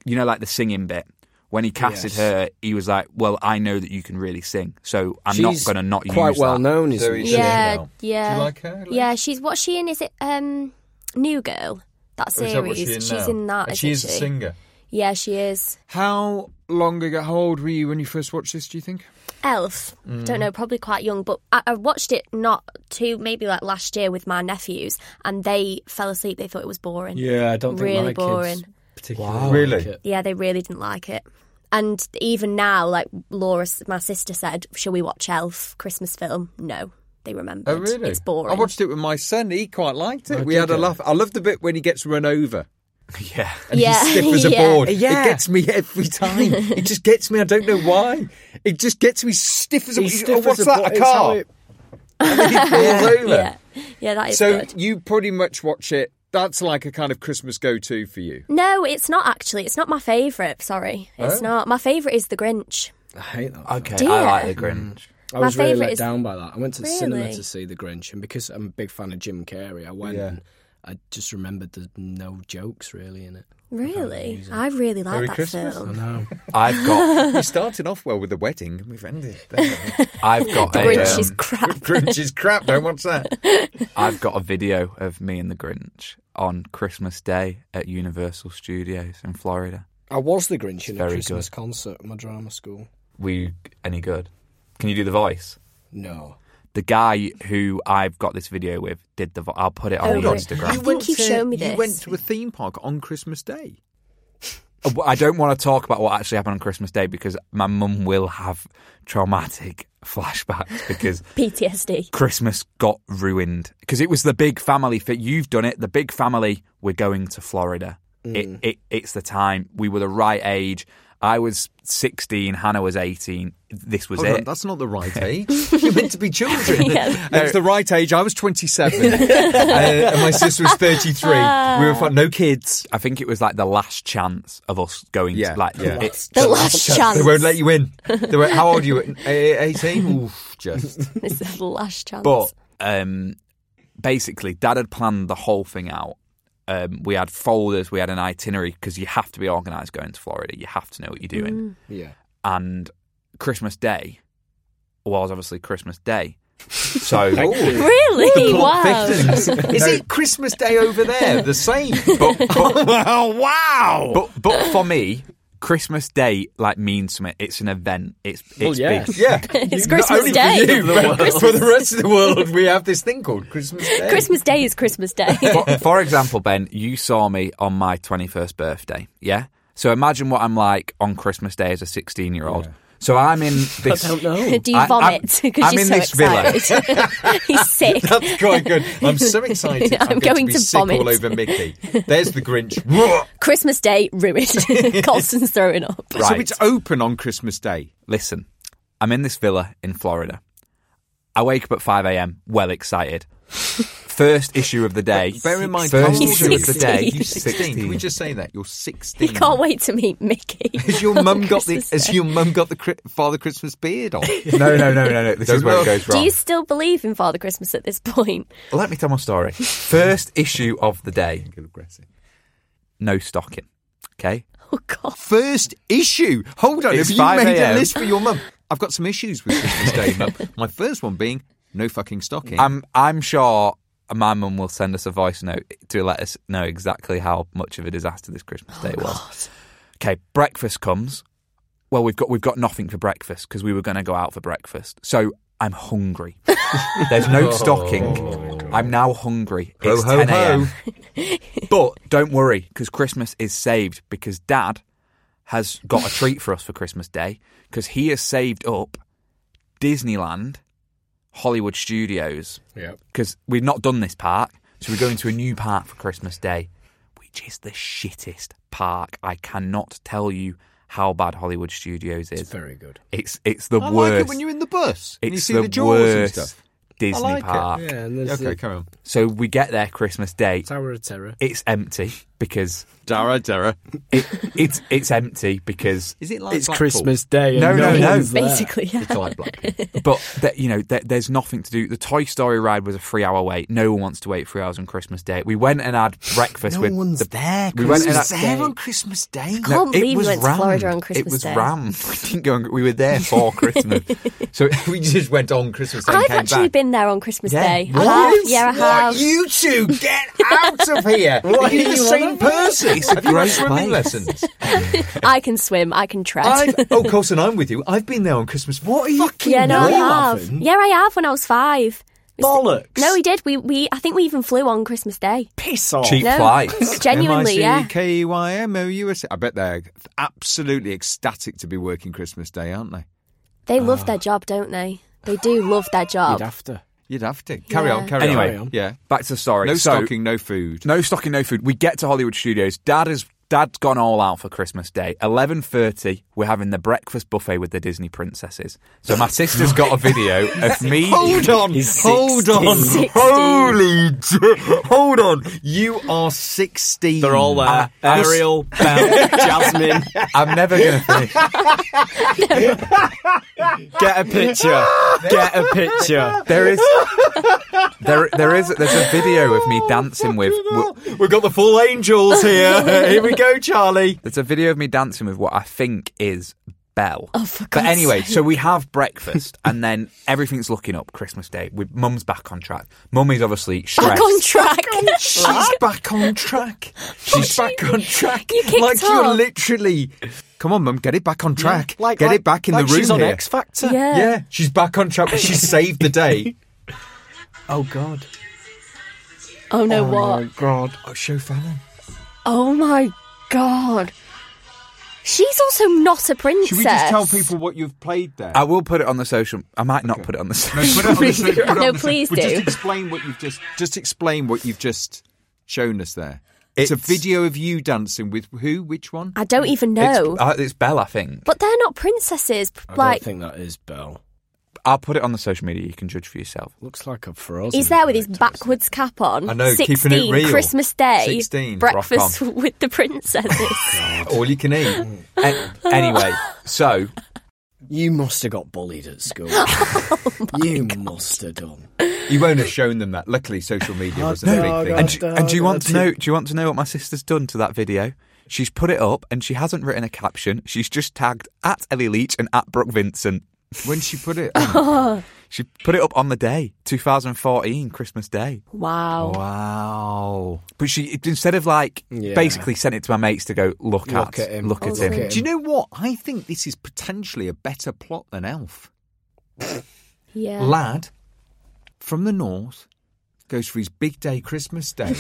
A: you know, like the singing bit. When he casted
B: Yes.
A: her, he was like, "Well, I know that you can really sing, so I'm
B: She's
A: not going to not use
B: quite well
A: that."
B: known, isn't
E: So
B: she?
E: he's-
D: yeah,
E: now.
D: yeah.
E: Do you like her?
D: Yeah, she's what's she in? Is it um New Girl? That
E: Or
D: series.
E: is that what she in
D: she's
E: now?
D: in that.
E: And
D: isn't
E: she is
D: she?
E: a singer.
D: Yeah, she is.
C: How long ago? How old were you when you first watched this? Do you think?
D: Elf.
C: Mm.
D: Don't know, probably quite young, but I, I watched it not too maybe like last year with my nephews, and they fell asleep. They thought it was boring.
B: Yeah, I don't think
D: Really
B: my
D: boring.
B: kids particularly
E: Wow.
B: like
E: Really?
B: it.
D: Yeah, they really didn't like it. And even now, like Laura, my sister said, "Shall we watch Elf Christmas film?" No, they remember.
C: Oh, really?
D: It's boring.
C: I watched it with my son. He quite liked it.
B: Oh,
C: we
B: did
C: had a
B: you?
C: laugh. I love the bit when he gets run over.
A: Yeah,
C: and
D: Yeah,
C: he's stiff as a
D: yeah.
C: board.
E: Yeah.
C: It gets me every time. it just gets me. I don't know why. It just gets me stiff as a.
B: He's
C: oh,
B: stiff
C: what's
B: as
C: that?
B: board.
C: a
B: It's how
C: car.
B: it-
C: And then he falls over.
D: Yeah, yeah, that is
C: So
D: good.
C: you pretty much watch it. That's like a kind of Christmas go-to for you.
D: No, it's not actually. It's not my favourite. Sorry,
C: Oh.
D: it's not. My favourite is The Grinch.
B: I hate that.
A: okay,
D: Dear.
A: I like the Grinch.
B: I
D: My
B: was really
D: favourite
B: let
D: is-
B: down by that. I went to the cinema
D: Really?
B: to see The Grinch, and because I'm a big fan of Jim Carrey, I went and I just remembered there's no jokes really in it. Um,
D: Really, I really like
E: Merry
D: that
E: Christmas.
D: film.
B: No.
A: I've got,
C: We started off well with the wedding, and we've ended there.
A: I've got
D: The
A: a,
D: Grinch is
A: um,
D: crap.
C: Grinch is crap. Don't watch that.
A: I've got a video of me and the Grinch on Christmas Day at Universal Studios in Florida.
B: I was The Grinch in a
A: Very
B: Christmas
A: good.
B: concert at my drama school.
A: Were you any good? Can you do the voice?
B: No.
A: The guy who I've got this video with did the. Vo- I'll put it on
D: Oh,
A: the
D: really?
A: Instagram.
D: think you've shown me
C: You
D: this.
C: went to a theme park on Christmas Day.
A: Uh, I don't want to talk about what actually happened on Christmas Day because my mum will have traumatic flashbacks because
D: PTSD.
A: Christmas got ruined because it was the big family fit. You've done it. The big family. We're going to Florida.
C: Mm.
A: It, it, it's the time. We were the right age. I was 16. Hannah was 18. This was
C: Hold on,
A: it.
C: Oh, that's not the right age. You're meant to be children.
D: Yeah.
C: It's the right age. I was 27, uh, and my sister was 33. We were fun. No kids.
A: I think it was like the last chance of us going.
C: Yeah,
A: to, like
C: yeah.
A: it-
D: The last chance.
C: They won't let you in. They were, how old are you? Uh, 18. Oof, just.
D: This is the last chance.
A: But um, basically, Dad had planned the whole thing out. Um, we had folders, we had an itinerary because you have to be organised going to Florida. You have to know what you're doing.
C: Yeah.
A: And Christmas Day was obviously Christmas Day. So,
D: really? Wow.
C: Is it Christmas Day over there? The same.
A: but, but,
C: oh wow!
A: but, but for me, Christmas Day like means something. It's an event. It's it's
B: Well, yeah.
A: big.
C: yeah,
D: It's
C: Not
D: Christmas
C: only
D: Day.
C: For, you, but
D: Christmas-
C: for the rest of the world, we have this thing called Christmas Day.
D: Christmas Day is Christmas Day.
A: for, for example, Ben, you saw me on my 21st birthday. Yeah. So imagine what I'm like on Christmas Day as a 16 year old. So I'm in this.
B: don't know.
D: Do you
A: I-
D: vomit?
A: I'm-
D: Because
A: I'm
D: you're
A: in
D: so
A: this villa.
D: excited. He's sick.
C: That's quite good. I'm so excited.
D: I'm
C: going,
D: going
C: to be
D: to
C: sick
D: vomit.
C: all over Mickey. There's the Grinch.
D: Christmas Day ruined. Colston's throwing up.
A: Right.
C: So it's open on Christmas Day.
A: Listen, I'm in this villa in Florida. I wake up at 5 a.m. well excited. First issue of the day.
C: Bear in mind,
A: first
C: how old
A: issue
C: are
A: of the
C: you?
A: day.
C: You're 16. Can we just say that you're 16?
D: He can't wait to meet Mickey.
C: Has your mum got the?
D: Christmas
C: Has
D: Day.
C: your mum got the Cri- Father Christmas beard on?
A: No, no, no, no, no. This is where it goes
D: Do
A: wrong.
D: you still believe in Father Christmas at this point?
A: Let me tell my story. First issue of the day. No stocking. Okay.
D: Oh God!
C: First issue. Hold on.
A: It's
C: have you
A: 5
C: made a
A: a.m..
C: list for your mum? I've got some issues with Christmas Day, mum. My first one being no fucking stocking.
A: I'm I'm sure my mum will send us a voice note to let us know exactly how much of a disaster this Christmas day was. Okay, breakfast comes. Well, we've got we've got nothing for breakfast because we were going to go out for breakfast. So I'm hungry. There's no stocking. I'm now hungry.
C: Oh, Ho,
A: it's
C: ho,
A: 10 a.m. but don't worry because Christmas is saved because Dad has got a treat for us for Christmas Day because he has saved up Disneyland, Hollywood Studios
B: Yeah.
A: because we've not done this park, so we're going to a new park for Christmas Day, which is the shittest park. I cannot tell you how bad Hollywood Studios is. It's
B: Very good.
A: it's, the
C: I
A: worst.
C: like it when you're in the bus and you
A: it's
C: see
A: the,
C: the, jaws
A: worst
C: and stuff.
A: Disney
C: like it.
A: park.
B: Yeah, and there's
C: Okay,
B: the
C: come on.
A: So we get there Christmas Day.
B: Tower of Terror.
A: It's empty because
C: Dara, Dara.
A: it, it's it's empty because
C: Is it like
B: It's
C: Blackpool?
B: Christmas Day. And
A: No, no, no.
B: one's there.
D: Basically, yeah.
C: It's like Blackpool.
A: but that you know that there's nothing to do. The Toy Story ride was a three hour wait. No one wants to wait three hours on Christmas Day. We went and had breakfast
C: no
A: with
C: one's
A: the,
C: there.
A: we went and
C: Christmas
A: had-
C: Day. there on Christmas Day.
D: No. can't believe
A: it
D: we
A: was
D: went to
A: rammed.
D: Florida on Christmas
A: It was
D: Day.
A: rammed. We didn't go. On, we were there for Christmas. So
C: We just went on Christmas Day. and
D: I've
C: came
D: actually
C: back.
D: been there on Christmas
A: Yeah.
D: Day. I
C: What?
D: have. Yeah, I have.
C: What? You two, get out of here! You're the same person. It's a great swimming lessons.
D: I can swim. I can tread.
C: I've, oh, Colson, I'm with you. I've been there on Christmas. What are you? Fucking
D: yeah, no, I have.
C: laughing?
D: Yeah, I have. When I was five.
B: Bollocks.
D: No, we did. We we. I think we even flew on Christmas Day.
B: piss off.
A: cheap
D: No.
A: flights.
D: Genuinely, yeah.
C: M-I-C-K-E-Y-M-O-U-S. I bet they're absolutely ecstatic to be working Christmas Day, aren't they?
D: They love their job, don't they? They do love their
B: You'd
D: job.
B: have to.
C: You'd have to carry
D: Yeah.
C: on. Carry
A: Anyway,
C: on. yeah.
A: back to the story.
C: No
A: So-
C: stocking, no food.
A: No stocking, no food. We get to Hollywood Studios. Dad has Dad's gone all out for Christmas Day. Eleven thirty, we're having the breakfast buffet with the Disney princesses. So my sister's got a video of me.
C: Hold on,
B: He's
C: hold on,
D: 16.
C: holy, j- hold on! You are sixteen.
B: They're all there.
A: Uh,
B: Ariel, Belle, Jasmine.
A: I'm never gonna finish.
B: Get a picture. Get a picture.
A: There is, there, there is, there's a video of me dancing with. with
C: We've got the full angels here. here we go, Charlie.
A: There's a video of me dancing with what I think is Belle. Oh,
D: for
A: but
D: God's
A: anyway, so we have breakfast, and then everything's looking up. Christmas Day, we, Mum's back on track. Mum is obviously stressed.
D: Back on track.
C: She's back on track. She's back on track.
D: You kicked
C: like you're
D: off.
C: literally. Come on, mum, get it back on track.
B: Like,
C: get
B: like-
C: it back in
B: like
C: the room
B: she's on
C: here.
B: X Factor.
D: yeah.
C: yeah, she's back on track. She saved the day.
B: Oh God.
D: Oh no, what?
C: God, oh, show Fallon.
D: Oh my God. She's also not a princess.
C: Should we just tell people what you've played there?
A: I will put it on the social. I might not put it on the social.
C: Put it on the- put it on
D: No,
C: the-
D: please
C: Well,
D: do.
C: Just explain what you've just just explain what you've just shown us there. It's,
A: It's-
C: a video of you dancing with who? Which one?
D: I don't even know.
A: It's, uh, it's Belle, I think.
D: but they're not princesses. p-
B: I
D: Like
B: don't think that is Belle.
A: I'll put it on the social media. You can judge for yourself.
B: Looks like a frozen.
D: he's there with his
B: character, isn't
D: backwards cap on.
C: I know, keeping
D: 16,
C: it real.
D: Christmas Day,
C: 16, rock
D: breakfast with the princesses.
C: All you can eat.
A: A- anyway, so
B: he? You must have got bullied at school.
D: Oh
B: you must have done.
C: You won't have shown them that. Luckily, social media wasn't a
B: dog,
C: big
B: hot
C: thing.
A: and,
D: Oh,
A: do- and do you want to know? Do you want to know what my sister's done to that video? She's put it up and she hasn't written a caption. She's just tagged at Ellie Leach and at Brooke Vincent.
C: When she put it,
A: Oh.
C: on.
A: She put it up on the day, 2014, Christmas Day.
D: wow.
C: wow.
A: But she it- instead of like
B: Yeah.
A: basically sent it to my mates to go look,
B: Look at him.
A: look at
D: Look
A: him.
D: at him.
C: Do you know what? I think this is potentially a better plot than Elf.
D: Yeah.
C: Lad from the north goes for his big day, Christmas day,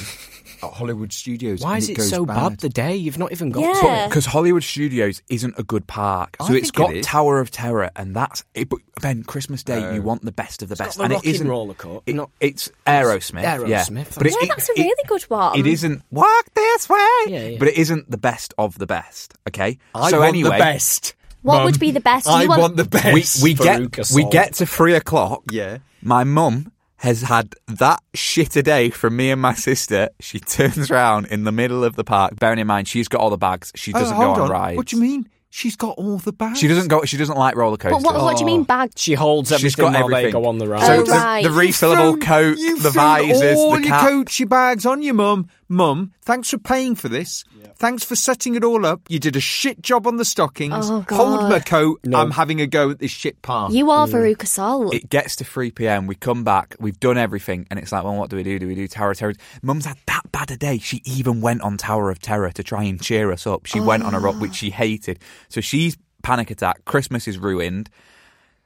C: at Hollywood Studios.
B: Why
C: and
B: is it,
C: goes
B: so
C: bad?
B: bad the day? You've not even got
D: Yeah.
B: to
D: But-
A: Because Hollywood Studios isn't a good park,
C: I
A: so it's
C: think it
A: got
C: is.
A: Tower of Terror, and that's it. But Ben, Christmas Day,
C: No.
A: you want the best of the
B: not
A: best,
B: the
A: and
B: rock
A: it
B: and
A: isn't
B: roller court,
A: it-
B: not-
A: it's Aerosmith, yeah.
B: Aerosmith,
A: But it-
D: yeah,
A: it-
D: that's a
A: it-
D: really good one.
A: It isn't walk this way,
B: Yeah, yeah.
A: but it isn't the best of the best. Okay,
C: I
A: so
C: want
A: anyway,
C: the best.
D: What
C: Mum.
D: would be the best?
C: I
D: You
C: want,
D: want-
C: the
A: we,
C: best.
A: we
B: Farouk
A: get
B: Assault.
A: we get to three o'clock.
C: Yeah.
A: my mum has had that shit a day from me and my sister. She turns round in the middle of the park. Bearing in mind, she's got all the bags. She doesn't
C: oh,
A: go
C: hold
A: on,
C: on.
A: rides.
C: What do you mean? She's got all the bags.
A: She doesn't go. She doesn't like roller
D: But
A: coasters.
D: what, what do you mean bag?
B: She holds everything
A: She's got
B: while
A: everything.
B: they go on the ride.
A: So
D: Oh,
A: the,
D: right.
A: the refillable
C: Thrown-
A: coat,
C: you've
A: the
C: thrown
A: visors,
C: all
A: the
C: your
A: cap.
C: coachy bags on your mum. Mum, thanks for paying for this. Thanks for setting it all up. You did a shit job on the stockings.
D: Oh, God.
C: Hold my coat. I'm having a go at this shit park.
D: You are Veruca Sol.
A: It gets to 3 p.m. We come back. We've done everything, and it's like, well, what do we do? Do we do Tower of Terror? Mum's had that bad a day. She even went on Tower of Terror to try and cheer us up. She went on a rock which
B: Oh.
A: she hated, so she's panic attack. Christmas is ruined.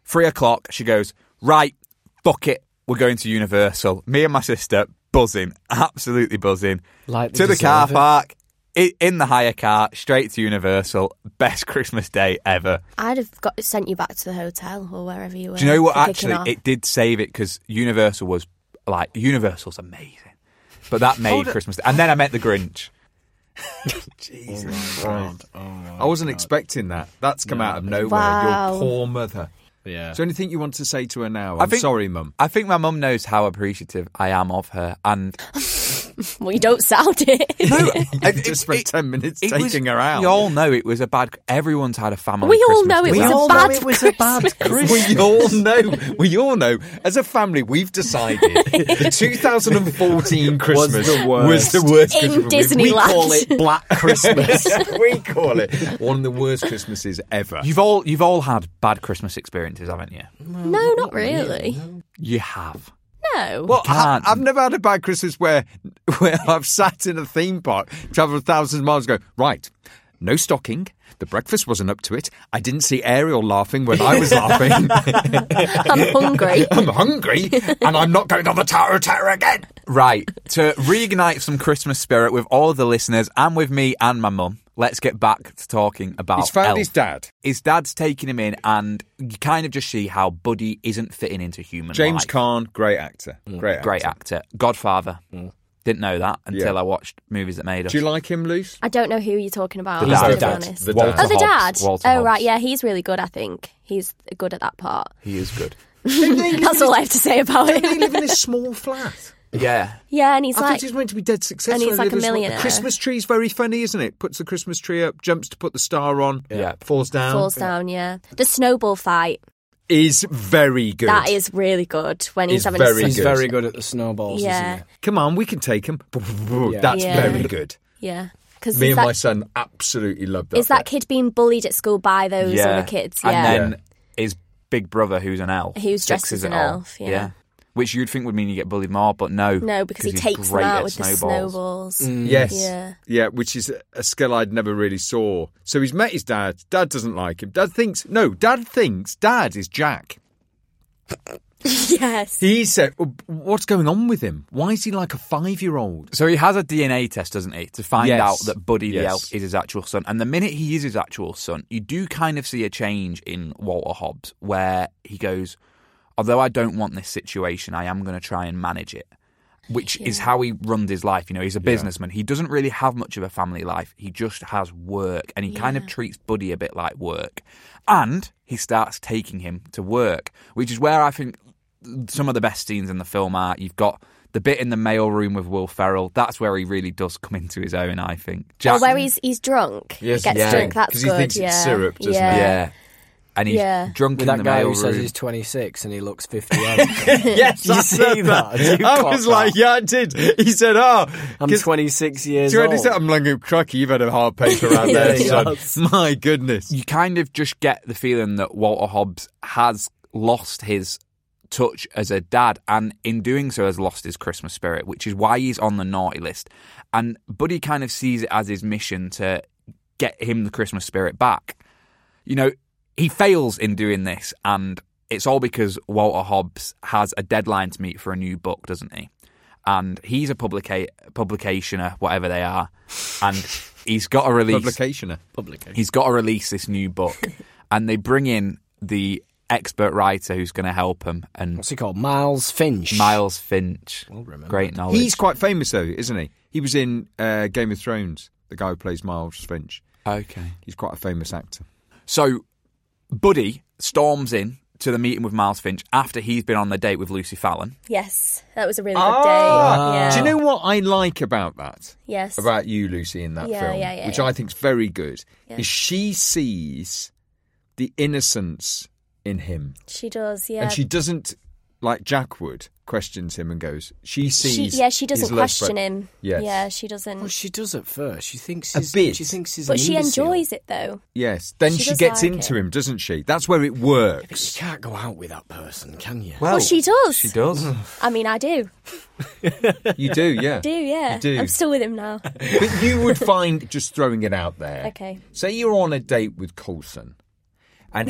A: Three o'clock. She goes right. Fuck it. We're going to Universal. Me and my sister buzzing, absolutely buzzing.
B: Like they
A: to the car
B: deserve it.
A: park. i- In the hire car, straight to Universal. Best Christmas day ever.
D: I'd have got sent you back to the hotel or wherever you were.
A: Do you know what?
D: for kicking
A: Actually,
D: off.
A: it did save it because Universal was like Universal's amazing, but that made Christmas. And then I met the Grinch.
C: I wasn't expecting that. That's come out of nowhere.
D: Wow.
C: Your poor mother.
B: yeah.
C: Is there anything you want to say to her now? I'm
A: I think-
C: sorry, mum.
A: I think my mum knows how appreciative I am of her, and
D: well, you don't sound it.
A: no,
C: just spent 10 minutes taking her out.
A: We all know it was a bad. Everyone's had a family.
D: We all
A: Christmas
D: know it
A: dinner.
D: was a bad Christmas.
C: We all know. We all know. As a family, we've decided the 2014 Christmas
B: the
C: was the worst.
D: In
C: Christmas we've-
D: Disneyland.
C: We call it Black Christmas. we call it one of the worst Christmases ever.
A: You've all you've all had bad Christmas experiences, haven't you?
D: no, not really.
A: You have.
D: No.
C: Well, I,
A: can't.
C: I've never had a bad Christmas where where I've sat in a theme park, travelled thousands of miles, go right. No stocking. The breakfast wasn't up to it. I didn't see Ariel laughing when I was laughing.
D: I'm hungry.
C: I'm hungry, and I'm not going on the Tower of Terror again.
A: Right, to reignite some Christmas spirit with all of the listeners and with me and my mum, let's get back to talking about.
C: He's found
A: Elf.
C: his dad.
A: His dad's taking him in, and you kind of just see how Buddy isn't fitting into human
C: James
A: life.
C: Caan, great actor, Mm, great, actor.
A: great actor, Godfather. Didn't know that until
C: Yeah.
A: I watched movies that made us.
C: Do you like him, Luce?
D: I don't know who you're talking about.
A: The
D: I'm to
A: dad.
D: be
A: The dad.
D: honest.
C: The
A: Walter
C: dad.
D: Oh, the
A: Hobbs.
D: dad.
A: Walter
D: oh, right.
A: Hobbs.
D: Yeah, he's really good. I think he's good at that part.
A: He is good.
D: That's all I have to say about
C: They
D: it.
C: live in a small flat.
A: Yeah,
D: yeah, and he's
C: I
D: like,
C: thought he was meant to be dead successful.
D: and he's
C: they
D: like
C: live
D: a
C: in small-
D: millionaire.
C: The Christmas tree's very funny, isn't it? Puts the Christmas tree up, jumps to put the star on,
A: Yeah.
C: falls down.
D: falls down. Yeah, the snowball fight.
C: Is very good.
D: That is really good when he's,
C: He's
D: having
C: very
D: a
B: He's
C: good.
B: very good at the snowballs,
D: Yeah.
B: isn't
C: Come on, we can take him.
B: Yeah.
C: That's
D: Yeah.
C: very good.
D: yeah. Because
C: Me and
D: that,
C: my son absolutely loved that.
D: is that
C: bit.
D: kid being bullied at school by those
A: yeah.
D: other kids? Yeah.
A: And then his big brother, who's an elf,
D: Who's dressed as
A: fixes
D: an
A: it all.
D: elf, yeah.
A: Which you'd think would mean you get bullied more, but no.
D: no, because he
A: he's
D: takes them
A: great
D: out
A: at
D: with the
A: snowballs.
D: snowballs.
C: Yes.
D: Yeah.
C: Yeah, which is a skill I'd never really saw. So he's met his dad. Dad doesn't like him. Dad thinks, no, dad thinks dad is Jack.
D: yes.
C: He said, "Oh, "What's going on with him? Why is he like a five-year-old?"
A: So he has a DNA test, doesn't he, to find
C: Yes.
A: out that Buddy the
C: Yes.
A: Elf is his actual son. And the minute he is his actual son, you do kind of see a change in Walter Hobbs where he goes, although I don't want this situation, I am going to try and manage it. Which is how he runs his life. You know, he's a businessman. He doesn't really have much of a family life. He just has work. And he kind of treats Buddy a bit like work. And he starts taking him to work, which is where I think some of the best scenes in the film are. You've got the bit in the mail room with Will Ferrell. That's where he really does come into his own, I think.
D: Or
A: Jack-
D: where he's he's drunk.
E: Yes,
D: he gets
E: yeah,
D: drunk. That's
E: 'cause he
D: good.
E: thinks it's
D: yeah.
E: syrup, doesn't he?
D: yeah.
A: yeah. And he's
D: Yeah.
A: drunk
B: With
A: in
B: that
A: the
B: guy who
A: mail room.
B: says he's 26 and he looks 58.
C: yes,
B: You
C: I
B: see
C: said
B: that? You
C: I
B: caught
C: was like,
B: that.
C: "Yeah, I did." He said, "Oh,
B: I'm
C: 'cause-
B: 26 years
C: Do you
B: old.
C: understand? I'm like, "Cracky, you've had a hard paper around
B: Yeah,
C: there,
B: he
C: son."
B: has.
C: My goodness.
A: you kind of just get the feeling that Walter Hobbs has lost his touch as a dad and in doing so has lost his Christmas spirit, which is why he's on the naughty list. And Buddy kind of sees it as his mission to get him the Christmas spirit back. You know, he fails in doing this and it's all because Walter Hobbs has a deadline to meet for a new book, doesn't he? And he's a publica- publicationer, whatever they are, and he's got a release
C: Publicationer.
A: he's got to release this new book, and they bring in the expert writer who's going to help him, and
B: What's he called? Miles Finch.
A: Miles Finch. Great knowledge.
C: He's quite famous though, isn't he? He was in uh, Game of Thrones. The guy who plays Miles Finch.
A: okay.
C: He's quite a famous actor.
A: So Buddy storms in to the meeting with Miles Finch after he's been on the date with Lucy Fallon.
D: Yes. That was a really good
C: Ah.
D: day. Yeah.
C: Do you know what I like about that?
D: Yes.
C: About you, Lucy, in that
D: Yeah,
C: film,
D: yeah, yeah,
C: which
D: yeah.
C: I think's very good,
D: Yeah.
C: is she sees the innocence in him,
D: She does. Yeah.
C: and she doesn't like Jack would questions him and goes. She
D: She-
C: sees.
D: yeah, she
C: his
D: doesn't
C: love
D: question
C: for-
D: him.
C: Yes.
D: Yeah, she doesn't.
B: Well, she does at first. She thinks
C: A
B: he's,
C: bit.
B: She thinks he's
D: but
B: an
D: she
B: imbecile.
D: enjoys it though.
C: Yes, then
D: She
C: she,
D: does
C: gets
D: like
C: into
D: it.
C: him, doesn't she? That's where it
B: But
C: works.
B: you can't go out with that person, can you?
D: Well, she does.
A: She does.
D: I mean, I do.
C: you do, yeah.
D: Do yeah.
C: You do.
D: I'm still with him now.
C: but you would find just throwing it out there.
D: Okay.
C: Say you're on a date with Coulson, and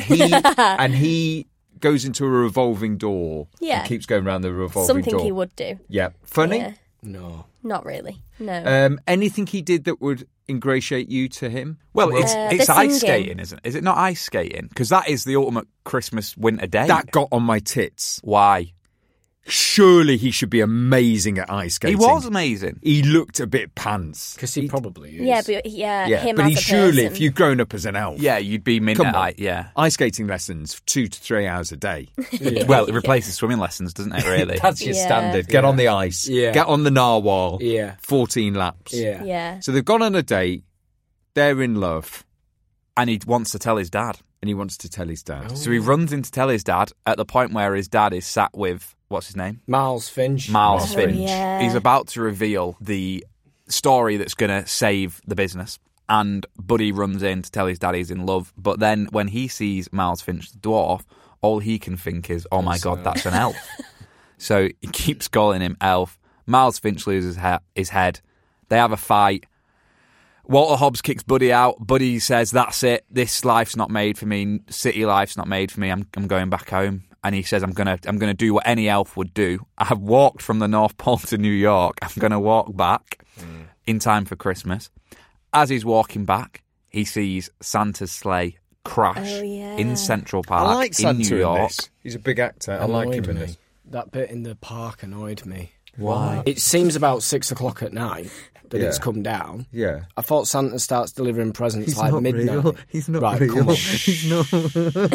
C: he and he goes into a revolving door.
D: Yeah.
C: And keeps going round the revolving
D: Something
C: door.
D: he would do.
C: Yeah. Funny.
D: Yeah.
B: No.
D: Not really. No.
C: Um, anything he did that would ingratiate you to him?
A: Well, it's
D: Uh,
A: it's
D: the
A: ice
D: singing.
A: skating, isn't it? Is it not ice skating? Because that is the ultimate Christmas winter day.
C: That got on my tits.
A: Why?
C: Surely he should be amazing at ice skating.
A: He was amazing.
C: He looked a bit pants.
B: Because he probably is.
D: yeah, but yeah,
C: yeah,
D: him
C: but
D: as
C: he
D: a
C: surely,
D: person.
C: if you'd grown up as an elf,
A: Yeah, you'd be mint
C: Come
A: at
C: on.
A: ice- Yeah.
C: ice skating lessons two to three hours a day.
A: Well, it replaces swimming lessons, doesn't it? Really.
C: That's your
D: Yeah.
C: standard. Get on the ice.
B: Yeah.
C: Get on the narwhal.
B: Yeah.
C: 14 laps.
B: Yeah.
D: yeah.
C: So they've gone on a date. They're in love.
A: and he wants to tell his dad.
C: And he wants to tell his dad.
A: So he runs in to tell his dad at the point where his dad is sat with what's his name?
B: Miles Finch.
A: Miles
D: Oh,
A: Finch.
D: yeah.
A: He's about to reveal the story that's going to save the business. And Buddy runs in to tell his dad he's in love. But then when he sees Miles Finch, the dwarf, all he can think is, oh my God, that's an elf. so he keeps calling him elf. Miles Finch loses he- his head. They have a fight. Walter Hobbs kicks Buddy out. Buddy says, "That's it. This life's not made for me. City life's not made for me. I'm, I'm going back home." And he says, "I'm gonna I'm gonna do what any elf would do. I've walked from the North Pole to New York. I'm gonna walk back
C: Mm.
A: in time for Christmas." As he's walking back, he sees Santa's sleigh crash
D: Oh, yeah.
A: in Central Park
C: I like Santa
A: in New York.
C: this. He's a big actor. I like him
B: Annoyed
C: in
B: me.
C: this.
B: That bit in the park annoyed me.
A: Why?
B: It seems about six o'clock at night that
C: Yeah.
B: it's come down.
C: Yeah.
B: I thought Santa starts delivering presents like midnight.
C: He's not
B: right,
C: real.
B: Come on.
C: He's not.
B: don't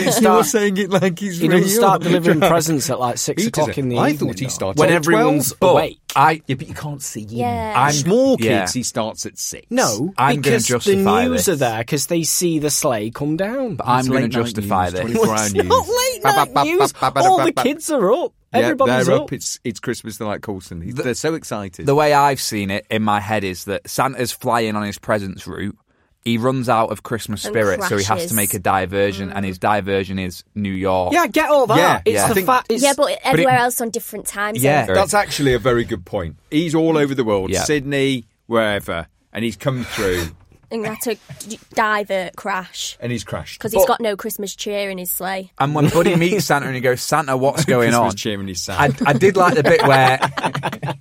C: you were
B: start-
C: saying it like he's
B: He
C: real.
B: doesn't start delivering presents at like six
C: He
B: o'clock
C: doesn't.
B: in the
C: I
B: evening.
C: thought he
B: though.
C: started
A: When
C: at
A: everyone's
C: 12.
A: awake, I
C: Yeah, but you can't see him.
D: Yeah.
C: I'm small kids.
A: Yeah.
C: He starts at six.
B: No,
A: I'm gonna
B: because
A: justify
B: the news
A: this.
B: are there because they see the sleigh come down.
A: But I'm
C: It's
A: going to
C: late night
A: justify
C: news,
A: this.
C: 24 hour
B: it's
C: news.
B: not late night
C: Ba- ba-
B: news.
C: ba- ba- ba-
B: All
C: ba-
B: the
C: ba-
B: kids are up. Everybody's
C: they're
B: up.
C: up. It's it's Christmas. They're like Coulson. He's-
A: The-
C: they're so excited.
A: The way I've seen it in my head is that Santa's flying on his presents route. He runs out of Christmas
D: And
A: spirit, so he has
D: crashes.
A: to make a diversion, and his diversion is New York.
B: yeah, I get all that.
C: Yeah,
B: it's
A: yeah. I
B: the
C: think-
B: fact. It's,
D: yeah, but everywhere
C: it-
D: else on different times.
A: Yeah.
C: That's actually a very good point. He's all over the world,
A: Yeah.
C: Sydney, wherever, and he's come through.
D: and had to d- divert crash
C: and he's crashed.
D: because he's
C: But-
D: got no Christmas cheer in his sleigh.
A: And my buddy meets Santa and he goes, Santa, what's going
C: Christmas
A: on?
C: cheer and he's sad.
A: I, I did like the bit where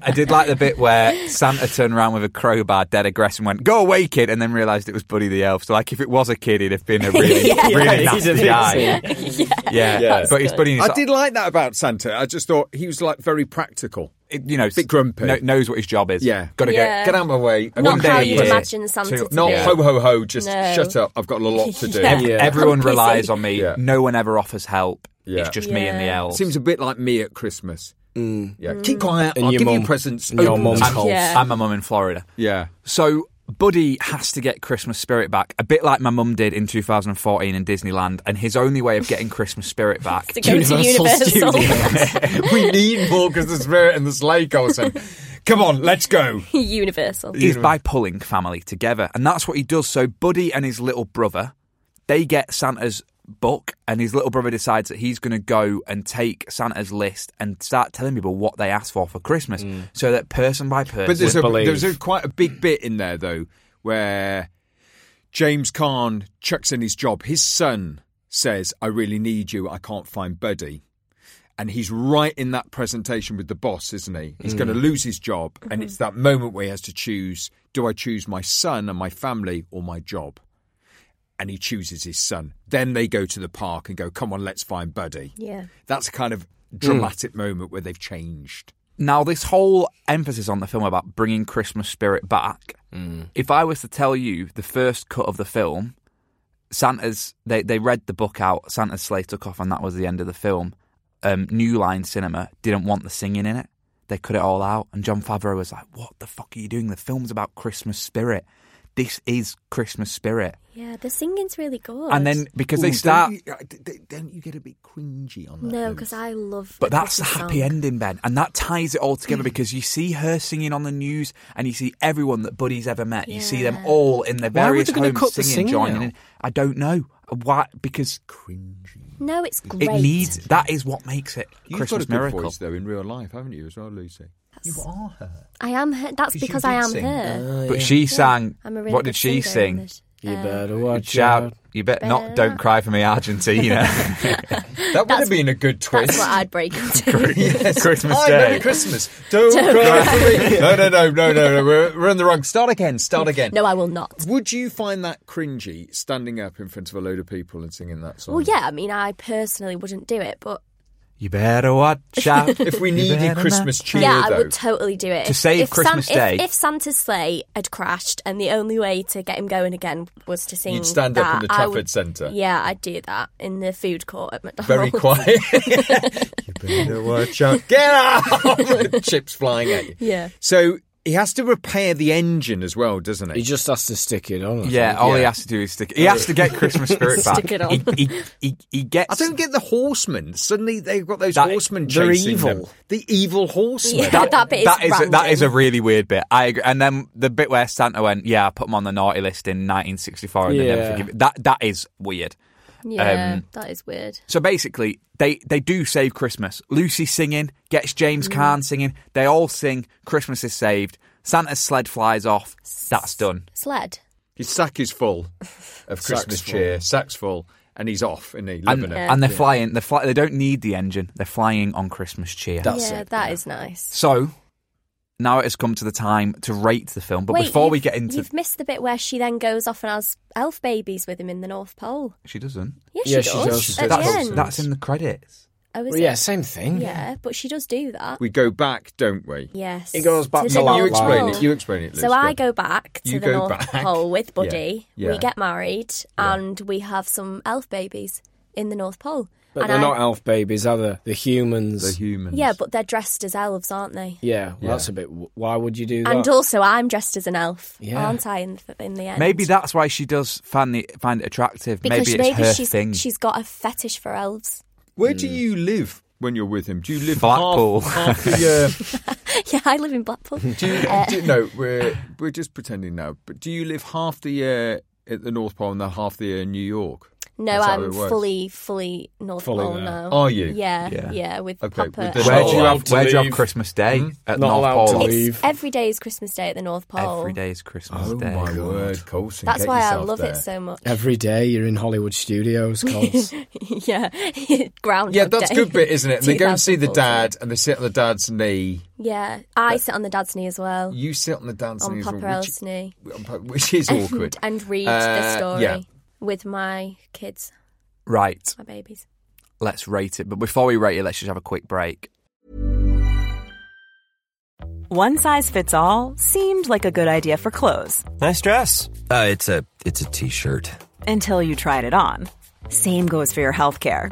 A: I did like the bit where Santa turned around with a crowbar, dead aggressive, and went "Go away, kid," and then realised it was Buddy the Elf. So, like, if it was a kid, he'd have been a really, really
B: Yeah, he's a
A: nasty guy. Yeah,
C: Yeah.
A: but it's Buddy. and
C: I
A: he's
C: did like that about Santa. I just thought he was like very practical.
A: like, you know,
C: bit grumpy.
A: kno- knows what his job is.
C: Yeah, got to
D: Yeah.
C: get get out of my way.
D: Not
C: One day
D: how
C: a
D: you'd
C: year.
D: imagine Santa to
C: not
D: be.
C: ho ho ho. Just
D: No.
C: shut up. I've got a lot to do.
D: Yeah.
A: Ev-
D: Yeah.
A: Everyone
D: I'm busy.
A: relies on me.
C: Yeah.
A: No one ever offers help.
C: Yeah.
A: It's just me and the
D: Yeah.
A: elves.
C: Seems a bit like me at Christmas. Yeah, keep quiet.
B: And
C: I'll
B: Mm. your
C: give
B: mum-
C: you presents.
B: and your
C: Open
B: mum's
C: them.
B: cold.
D: Yeah.
A: I'm a mum in Florida.
C: Yeah,
A: So Buddy has to get Christmas spirit back, a bit like my mum did in 2014 in Disneyland, and his only way of getting Christmas spirit back.
D: To go to Universal.
C: we need more because the spirit and the sleigh Colson. Come on, let's go.
D: Universal.
A: Is by pulling family together, and that's what he does. So Buddy and his little brother, they get Santa's book, and his little brother decides that he's going to go and take Santa's list and start telling people what they asked for for Christmas, so that person by person.
C: Mm. But there's a,
B: believe.
C: there's a quite a big bit in there though where James Kahn chucks in his job. His son says, "I really need you. I can't find Buddy." And he's right in that presentation with the boss, isn't he? He's going to lose his job, and it's that moment where he has to choose: do I choose my son and my family or my job? And he chooses his son. Then they go to the park and go, "Come on, let's find Buddy."
D: Yeah.
C: That's a kind of dramatic moment where they've changed.
A: Now, this whole emphasis on the film about bringing Christmas spirit back,
C: Mm.
A: if I was to tell you the first cut of the film, Santa's, they, they read the book out, Santa's sleigh took off, and that was the end of the film. Um, New Line Cinema didn't want the singing in it. They cut it all out, and John Favreau was like, What the fuck are you doing? The film's about Christmas spirit. This is Christmas spirit.
D: Yeah, the singing's really good.
A: And then because
C: Ooh,
A: they
C: don't
A: start.
C: you- uh, d- d- don't you get a bit cringy on that?
D: No,
C: though?
D: because I love.
A: But
D: the
A: that's the
D: Christmas
A: happy
D: song.
A: ending, Ben. And that ties it all together because you see her singing on the news and you see everyone that Buddy's ever met. You see them
D: Yeah.
A: all in their
B: Why were
A: various
B: they gonna
A: homes
B: cut the
A: singing,
B: singing
A: joining
B: out?
A: in. I don't know. Uh, Why? Because
D: No, it's great.
A: it needs, that is what makes it
C: You've
A: Christmas
C: got a good
A: miracle.
C: voice though in real life, haven't you as well, Lucy?
D: I am. Her. That's
C: Because you
D: because I
C: did
D: am
C: sing.
B: Uh,
D: her.
A: But she sang,
D: Oh, I'm a really
A: what
D: good
A: did she
D: singer,
A: sing?
D: Ahmed.
B: Oh, You
D: Uh,
B: better watch
A: Shout,
B: out.
A: you bet not,
D: Better
A: don't
D: not.
A: cry for me, Argentina.
C: That would have been a good twist.
D: That's what I'd break into.
C: Yes.
A: Christmas
C: Hi,
A: Day.
C: Merry Christmas. Don't cry for me. No, no, no, no, no, no. We're, we're on the wrong. Start again. Start again.
D: no, I will not.
C: Would you find that cringy standing up in front of a load of people and singing that song?
D: Well, yeah. I mean, I personally wouldn't do it, but
A: you better watch out.
C: If we needed Christmas cheer,
D: yeah,
C: though,
D: I would totally do it.
A: To save Christmas
D: if-
A: Day.
D: if, Santa's sleigh had crashed and the only way to get him going again was to sing,
C: you'd stand up in
D: that,
C: the
D: I
C: Trafford
D: would-
C: Centre.
D: Yeah, I'd do that in the food court at McDonald's.
C: Very quiet. you better watch out. Get out! Chips flying at you.
D: Yeah.
C: So he has to repair the engine as well, doesn't he?
B: He just has to stick it on. I
A: Yeah, all he has to do is stick. He has to get Christmas spirit back.
D: Stick it on.
A: He, he, he, he
C: I
A: gets.
C: don't get the horsemen. Suddenly they've got those
A: That-
C: horsemen
B: they're
C: chasing
B: evil.
C: them. The evil horsemen.
D: Yeah, that, that bit
A: that
D: is,
A: is a, that is a
D: random.
A: really weird bit. I agree. And then the bit where Santa went, yeah, I put him on the naughty list in 1964 and they never
B: Yeah.
A: forgive it. That that is weird.
D: yeah,
A: um,
D: that is weird.
A: So basically, they they do save Christmas. Lucy singing gets James
D: Mm.
A: Caan singing. They all sing. Christmas is saved. Santa's sled flies off. That's done.
D: Sled.
C: His sack is full of Christmas
B: full.
C: cheer. Sack's full. And he's off, isn't he?
A: And,
C: Loving it.
A: and they're flying. They fly. They don't need the engine. They're flying on Christmas cheer.
C: That's
D: yeah,
C: it,
D: that is nice.
A: So now it has come to the time to rate the film. But
D: Wait,
A: before we
D: you've-
A: get into,
D: you've missed the bit where she then goes off and has elf babies with him in the North Pole.
A: she doesn't.
D: Yeah,
B: Yeah,
D: she,
B: she
D: does.
B: does. She
D: At
B: does.
D: the
A: That's,
D: end.
A: that's in the credits.
D: Oh, is
B: Well, yeah,
D: it?
B: same thing.
D: Yeah, but she does do that.
C: We go back, don't we?
D: Yes.
B: It goes back
D: the
B: to
D: North
B: You
C: explain
D: Pole.
C: it, you explain it, Liz,
D: So I
C: go.
D: go back to
C: You
D: the
C: go
D: North
C: back.
D: Pole with
C: Yeah,
D: Buddy.
C: yeah.
D: We get married and we have some elf babies in the North Pole.
B: But
D: and
B: they're
D: I-
B: not elf babies, are they? They're humans.
C: The humans.
D: Yeah, but they're dressed as elves, aren't they?
B: yeah, well, that's a bit. Why would you do that?
D: And also, I'm dressed as an elf,
B: Yeah.
D: aren't I? In the, in the end,
A: Maybe that's why she does find it, find it attractive.
D: because
A: maybe it's her
D: she's
A: thing.
D: she's got a fetish for elves.
C: Where do you live when you're with him? Do you live
A: Blackpool.
C: half, half the year?
D: yeah, I live in Blackpool. Uh,
C: Do you, do you- no, we're we're just pretending now. But do you live half the year at the North Pole and then half the year in New York?
D: No,
C: Is that how
D: I'm
C: it works?
D: fully, fully North
B: Fully
D: Pole
B: there.
D: now.
C: Are you?
D: Yeah,
A: Yeah.
D: yeah, with
C: Okay, with
D: Papa.
C: the-
A: Where
C: Not
A: do you
C: allowed
A: have
C: to
A: Where do you have
C: leave.
A: Christmas Day
C: Hmm?
A: at
B: Not
A: North
B: allowed to
A: Pole?
B: leave. Eve?
D: It's every day is Christmas Day at the North Pole.
A: Every day is Christmas
C: Oh
A: Day.
C: my word, Colson.
D: That's
C: get
D: why I
C: yourself
D: love
C: there.
D: it so much.
B: Every day you're in Hollywood studios, cause
D: yeah, ground.
C: Yeah, that's a good bit, isn't it? And they go and see the
D: 2014.
C: dad, and they sit on the dad's knee.
D: Yeah, I sit on the dad's knee as well,
C: You sit on the dad's
D: on
C: knee, as well,
D: Papa
C: which-
D: El's knee,
C: which is awkward.
D: and read
C: Uh,
D: the story
C: yeah.
D: with my kids,
A: Right,
D: my babies.
A: let's rate it. But before we rate it, let's just have a quick break.
F: One size fits all seemed like a good idea for clothes
G: Nice dress. Uh, it's a it's a t-shirt.
F: until you tried it on. Same goes for your healthcare.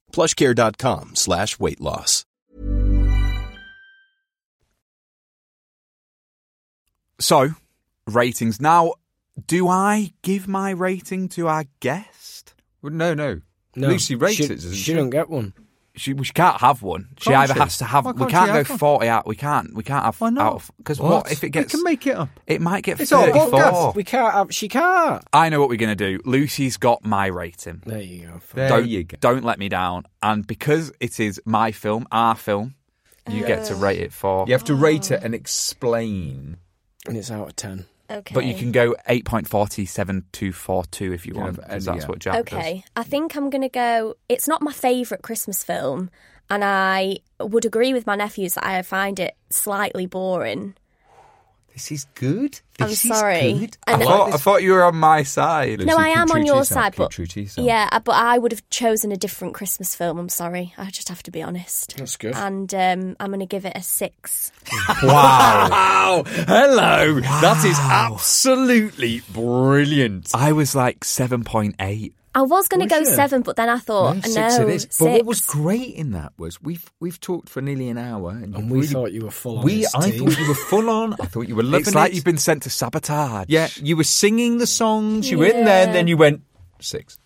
H: plushcare.com slash weight loss.
A: So, ratings now. Do I give my rating to our guest?
C: Well, no, no.
B: no,
C: Lucy rates
B: she,
C: it, doesn't she?
B: She don't get one.
A: She, we can't have one. She
C: Can't
A: either
C: she?
A: has to have.
C: Why
A: we
C: can't
A: can't
C: she
A: go
C: have one?
A: forty out. We can't. We can't have.
C: Why not?
A: Because what? if it
C: We
A: gets?
C: can make it up.
A: it might get
C: It's our
A: thirty-four.
C: podcast.
B: We can't have. She can't.
A: I know what we're gonna do. Lucy's got my rating.
B: There you go.
C: There
A: don't
C: you go.
A: don't let me down. And because it is my film, our film, you get to rate it for.
C: You have to rate
D: Oh.
C: it and explain.
B: And it's out of ten.
D: Okay,
A: But you can go eight point forty seven two four two if you
C: Yeah,
A: want,
C: but,
A: because
C: uh,
A: that's
C: yeah.
A: what Jack does.
D: Okay, I think I'm going to go. It's not my favourite Christmas film, and I would agree with my nephews that I find it slightly boring.
C: This is good.
D: I'm
C: This is
D: sorry.
C: good.
D: And-
A: I thought, I thought you were on my side.
D: no,
C: Lucy,
D: I
C: keep
D: am
C: true
D: on
C: to
D: your
C: yourself,
D: side,
C: keep
D: but
C: true to yourself.
D: yeah, I- but I would have chosen a different Christmas film. I'm sorry, I just have to be honest.
B: That's good.
D: And um, I'm going to give it a six.
C: Wow. Hello. That is absolutely brilliant.
A: I was like seven point eight.
D: I was going to
C: Was
D: go
C: ya?
D: seven, but then I thought Oh, no,
C: six it is.
D: six.
C: But what was great in that was we've we've talked for nearly an hour,
B: And
C: and, you've
B: we
C: really-
B: thought you were full on.
C: we
B: his
C: I
B: team.
C: thought you were full on. I thought you were loving
A: It's like
C: it.
A: you've been sent to sabotage.
C: yeah, you were singing the songs. You were in there, and then you went six.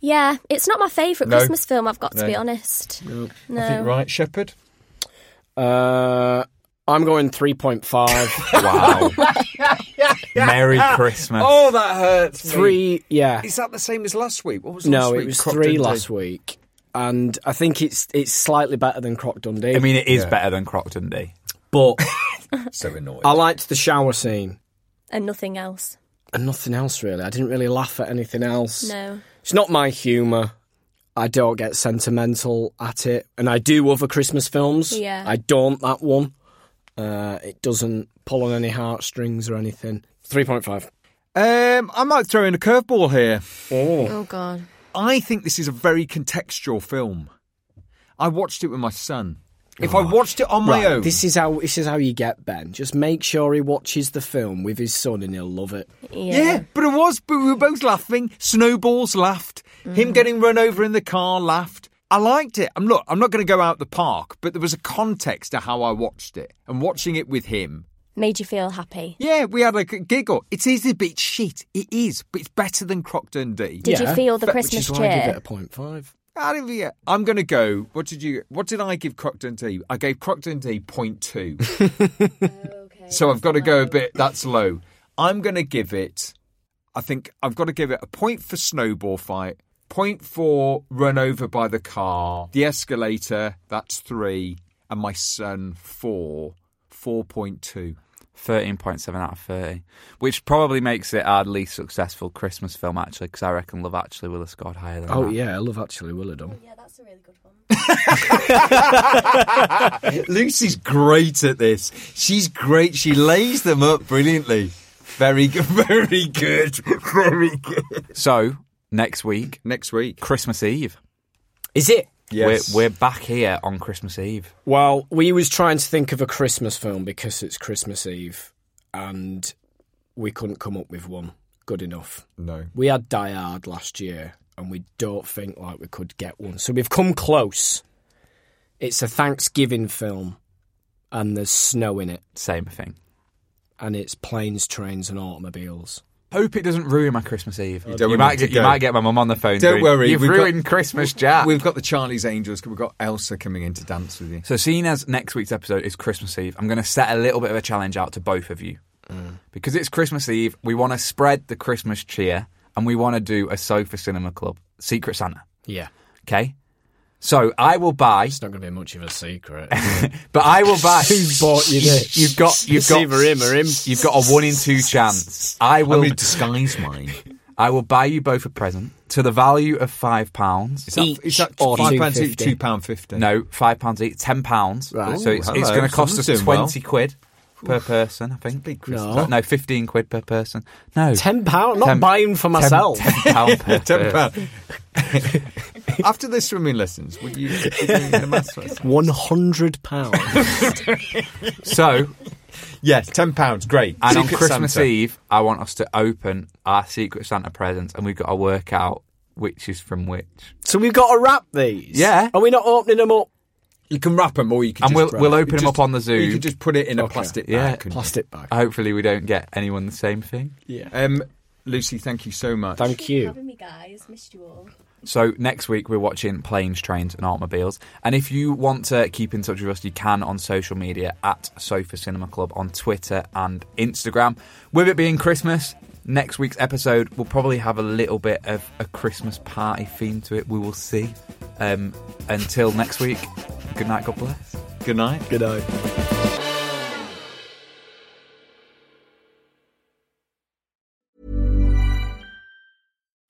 D: yeah, it's not my favourite
C: No.
D: Christmas film. I've got
C: No.
D: to be honest. No,
C: I think right, Shepherd.
B: Uh, I'm going three point five.
A: Wow. Merry Christmas.
C: Oh, that hurts. me.
B: three. Yeah.
C: Is that the same as last week? What was
B: No,
C: last week?
B: it was
C: Crop
B: three
C: Dundee.
B: last week, and I think it's it's slightly better than Croc Dundee.
A: I mean, it is better than Croc Dundee.
B: but
C: So annoying.
B: I liked the shower scene
D: and nothing else.
B: and nothing else really. I didn't really laugh at anything else.
D: No.
B: It's not my humour. I don't get sentimental at it, and I do other Christmas films.
D: Yeah.
B: I don't that one. Uh, it doesn't pull on any heartstrings or anything. Three point five.
C: Um, I might throw in a curveball here.
D: Oh God.
C: I think this is a very contextual film. I watched it with my son. If I watched it on
B: Right,
C: my own,
B: This is how this is how you get Ben. Just make sure he watches the film with his son, and he'll love it.
D: Yeah.
C: yeah. but it was. But we were both laughing. Snowballs laughed. Him getting run over in the car laughed. I liked it. I'm not. I'm not going to go out the park, but there was a context to how I watched it, and watching it with him.
D: Made you feel happy.
C: Yeah, we had like a giggle. It is a bit shit. It is, but it's better than Croc Dundee.
D: Did you
B: Yeah.
D: feel the
B: But-
D: Christmas
B: Which is why I give
D: cheer?
B: it a point five.
C: I don't think- I'm going to go. What did you? What did I give Croc Dundee? I gave Croc Dundee 0.2. So I've got to go a bit. That's low. I'm going to give it
E: I think I've got to give it a point for snowball fight, point for run over by the car, the escalator, that's three, and my son, four, 4.2.
A: 13.7 out of 30, which probably makes it our least successful Christmas film, actually, because I reckon Love Actually will have scored higher than
B: Oh
A: that.
B: yeah, Love Actually will have done.
D: Yeah, that's a really good one.
C: Lucy's great at this. She's great. She lays them up brilliantly. Very good. Very good. Very good.
A: So, next week,
E: Next week.
A: Christmas Eve.
B: Is it?
C: Yes.
A: We're, we're back here on Christmas Eve.
B: Well, we was trying to think of a Christmas film because it's Christmas Eve, and we couldn't come up with one good enough.
C: no.
B: We had Die Hard last year, and we don't think like we could get one. So we've come close. It's a Thanksgiving film, and there's snow in it,
A: Same thing.
B: and it's planes, trains, and automobiles.
A: Hope it doesn't ruin my Christmas Eve. You,
C: don't want
A: might
C: it to
A: get, you
C: go.
A: might get my mum on the phone.
C: Don't
A: doing,
C: worry,
A: You've
C: we've got-
A: ruined Christmas Jack.
C: We've got the Charlie's Angels. 'cause We've got Elsa coming in to dance with you.
A: So, seeing as next week's episode is Christmas Eve, I'm going to set a little bit of a challenge out to both of you.
C: Mm.
A: Because it's Christmas Eve, we want to spread the Christmas cheer and we want to do a Sofa Cinema Club Secret Santa.
B: Yeah,
A: Okay? So, I will buy,
B: it's not going to be much of a secret.
A: but I will buy.
B: Who bought you this?
A: You've got, you've
B: It's
A: got,
B: either him or him.
A: You've got a one in two chance. I will,
C: disguise mine.
A: I will buy you both a present to the value of five pounds.
C: Is that, is
B: Each
C: that
B: or
C: five pounds each,
B: £2.50?
C: two pound fifty?
A: No, five pounds each, ten pounds.
B: Right.
A: So
C: Ooh,
A: it's,
C: hello.
A: it's going to cost us
C: Someone's
A: twenty
C: doing well.
A: quid per person, I think.
C: Big
B: No.
C: Christmas.
A: No, fifteen quid per person. No,
B: Ten pound, not
A: Ten-
B: buying for myself.
A: Ten, ten pound per
C: Ten
A: person.
C: pound. After the swimming lessons, would you? Would you do the maths lesson?
B: One hundred pounds.
A: So,
C: Yes, ten pounds. Great.
A: and on
C: Secret
A: Christmas
C: Santa.
A: Eve, I want us to open our Secret Santa presents, and we've got to work out which is from which.
B: So we've got to wrap these.
A: Yeah.
B: Are we not opening them up?
C: you can wrap them, or you can.
A: And
C: just
A: we'll-
C: wrap
A: we'll
C: it.
A: open 'em up
C: Just-
A: on the Zoom.
C: You could just put it in a
B: Okay.
C: plastic
A: Yeah.
C: bag. couldn't you?
B: Plastic bag.
A: Hopefully, we don't get anyone the same thing.
B: yeah.
C: Um, Lucy, thank you so much.
B: Thank you.
D: Having me, guys. Missed you all.
A: So next week we're watching planes, trains, and automobiles. And if you want to keep in touch with us, you can on social media at Sofa Cinema Club on Twitter and Instagram. With it being Christmas, next week's episode will probably have a little bit of a Christmas party theme to it. We will see. Um, until next week, good night. God bless.
C: Good night.
B: Good night.